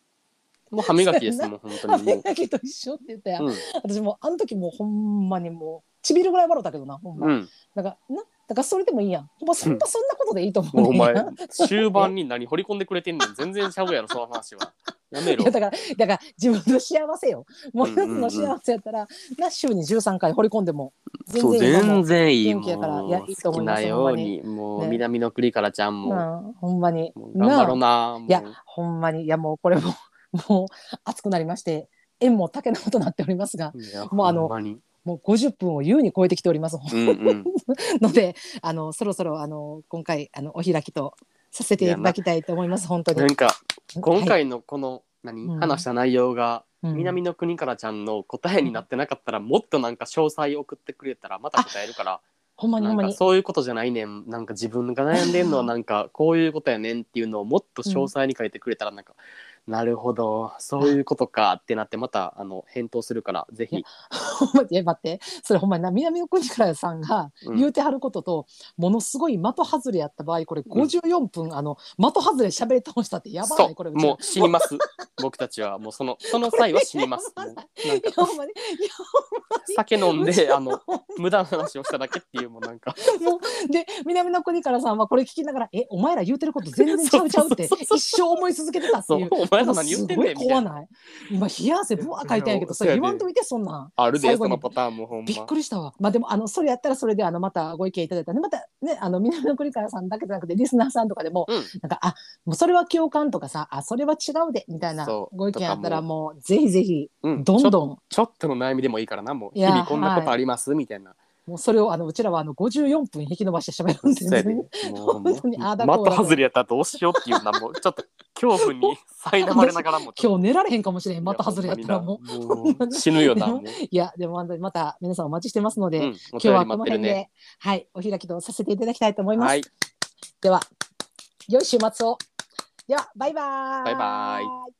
[SPEAKER 1] もう歯磨きですもう本
[SPEAKER 2] [laughs]
[SPEAKER 1] 当
[SPEAKER 2] 歯
[SPEAKER 1] にもう
[SPEAKER 2] 磨きと一緒って言ったやん、
[SPEAKER 1] うん
[SPEAKER 2] 私もうあの時もうほんまにもうちびるぐらい笑ったけどなほんま、
[SPEAKER 1] うん、
[SPEAKER 2] だからなだからそれでもいいやんほんまそんな、そんなことでいいと思う
[SPEAKER 1] もうお
[SPEAKER 2] ねんや
[SPEAKER 1] 前終盤に何掘り込んでくれてんねん全然しゃぶやろその話はやめろ
[SPEAKER 2] いやだからだから自分の幸せよもう一つの幸せやったら、な週に13回掘り込んでも
[SPEAKER 1] そう
[SPEAKER 2] 全然今
[SPEAKER 1] 全
[SPEAKER 2] も
[SPEAKER 1] 然いい
[SPEAKER 2] 元気やからいや
[SPEAKER 1] もう
[SPEAKER 2] いいと
[SPEAKER 1] 好
[SPEAKER 2] 思
[SPEAKER 1] き
[SPEAKER 2] います
[SPEAKER 1] なようにもう
[SPEAKER 2] ね
[SPEAKER 1] 南の栗からちゃんも、
[SPEAKER 2] うん、ほんまに
[SPEAKER 1] もう頑張ろうな
[SPEAKER 2] な
[SPEAKER 1] も
[SPEAKER 2] あ
[SPEAKER 1] う
[SPEAKER 2] いやほんまにいやもうこれももう熱くなりまして縁も竹のことになっておりますが
[SPEAKER 1] いや
[SPEAKER 2] もうあの
[SPEAKER 1] ほんまに
[SPEAKER 2] もう50分を優に超えてきております
[SPEAKER 1] うん
[SPEAKER 2] [laughs]
[SPEAKER 1] うん、
[SPEAKER 2] のであのそろそろあの今回あのお開きとさせていただきたいと思います本当
[SPEAKER 1] な
[SPEAKER 2] に
[SPEAKER 1] んか今
[SPEAKER 2] はい
[SPEAKER 1] 回のこの、何
[SPEAKER 2] うん
[SPEAKER 1] 話した内容が、
[SPEAKER 2] うん
[SPEAKER 1] 南の国からちゃんの答えになってなかったらもっとなんか詳細送ってくれたらまた答えるから
[SPEAKER 2] ほんまに
[SPEAKER 1] な
[SPEAKER 2] ほん
[SPEAKER 1] ん
[SPEAKER 2] ま
[SPEAKER 1] か
[SPEAKER 2] に
[SPEAKER 1] そういうことじゃないねんなんか自分が悩んでんのはなんかこういうことやねんっていうのをもっと詳細に書いてくれたらなんかなるほどそういうことかってなってまたあの返答するからぜひ、
[SPEAKER 2] 待 [laughs] って待ってそれほんまにな南の国からさんが
[SPEAKER 1] うん
[SPEAKER 2] 言うてはることと、ものすごい的外れやった場合これ54分、あの的外れ喋り倒したってやば
[SPEAKER 1] そ
[SPEAKER 2] ないうこれうちら
[SPEAKER 1] もう死にます僕たちはもうそのその際は死にます
[SPEAKER 2] これ
[SPEAKER 1] も
[SPEAKER 2] [laughs]
[SPEAKER 1] うなんか
[SPEAKER 2] いやほんまにいや
[SPEAKER 1] 酒飲ん
[SPEAKER 2] うち
[SPEAKER 1] で
[SPEAKER 2] ら
[SPEAKER 1] あの無駄な話をしただけっていうもうなんか
[SPEAKER 2] もうで南の国からさんはこれ聞きながら「えお前ら言うてること全然ちゃうちゃう」っ
[SPEAKER 1] [laughs]
[SPEAKER 2] て
[SPEAKER 1] そうそうそうそう
[SPEAKER 2] 一生思い続けてたって
[SPEAKER 1] そ
[SPEAKER 2] いうう。
[SPEAKER 1] お前ら何言ってんねん
[SPEAKER 2] すご
[SPEAKER 1] み
[SPEAKER 2] い
[SPEAKER 1] た
[SPEAKER 2] 怖
[SPEAKER 1] いな
[SPEAKER 2] ない今冷や汗ぶわ書いてんやけどそれ言わんといてそんなん
[SPEAKER 1] あるで
[SPEAKER 2] 最
[SPEAKER 1] そ
[SPEAKER 2] 後に
[SPEAKER 1] のパターンもほん
[SPEAKER 2] びっ
[SPEAKER 1] ま
[SPEAKER 2] くりしたわ。まあでもあのそれやったらそれであのまたご意見いただいたねまたねあの南の国からさんだけじゃなくてリスナーさんとかでも、
[SPEAKER 1] うん
[SPEAKER 2] なんかあもうそれは共感とかさあそれは違うでみたいな
[SPEAKER 1] そう
[SPEAKER 2] ご意見あったら
[SPEAKER 1] とか
[SPEAKER 2] もうぜひぜひ
[SPEAKER 1] うん
[SPEAKER 2] どん
[SPEAKER 1] ちょ
[SPEAKER 2] どん
[SPEAKER 1] ちょっとの悩みでもいいからなもう
[SPEAKER 2] い
[SPEAKER 1] 日
[SPEAKER 2] や
[SPEAKER 1] 々こんなことあります、みたいな
[SPEAKER 2] もうそれをあのうちらはあの54分引き伸ばして喋るんで
[SPEAKER 1] そうやで
[SPEAKER 2] 全然
[SPEAKER 1] もう
[SPEAKER 2] 本当にあーだこうだ
[SPEAKER 1] 的外れやったらどうしようっていうなもうちょっと恐怖に苛まれながらも
[SPEAKER 2] 今日寝られへんかもしれんまた外れやったらもう
[SPEAKER 1] う
[SPEAKER 2] [laughs]
[SPEAKER 1] 死ぬよなもう、
[SPEAKER 2] いやでも本当にまた皆さんお待ちしてますので、
[SPEAKER 1] うん、
[SPEAKER 2] 今
[SPEAKER 1] お
[SPEAKER 2] 日
[SPEAKER 1] 便
[SPEAKER 2] は
[SPEAKER 1] り
[SPEAKER 2] この
[SPEAKER 1] 待ってる
[SPEAKER 2] 辺で、
[SPEAKER 1] ね
[SPEAKER 2] はいお開きとさせていただきたいと思います。
[SPEAKER 1] はい
[SPEAKER 2] では良い週末をではバイバーイ
[SPEAKER 1] バイバーイ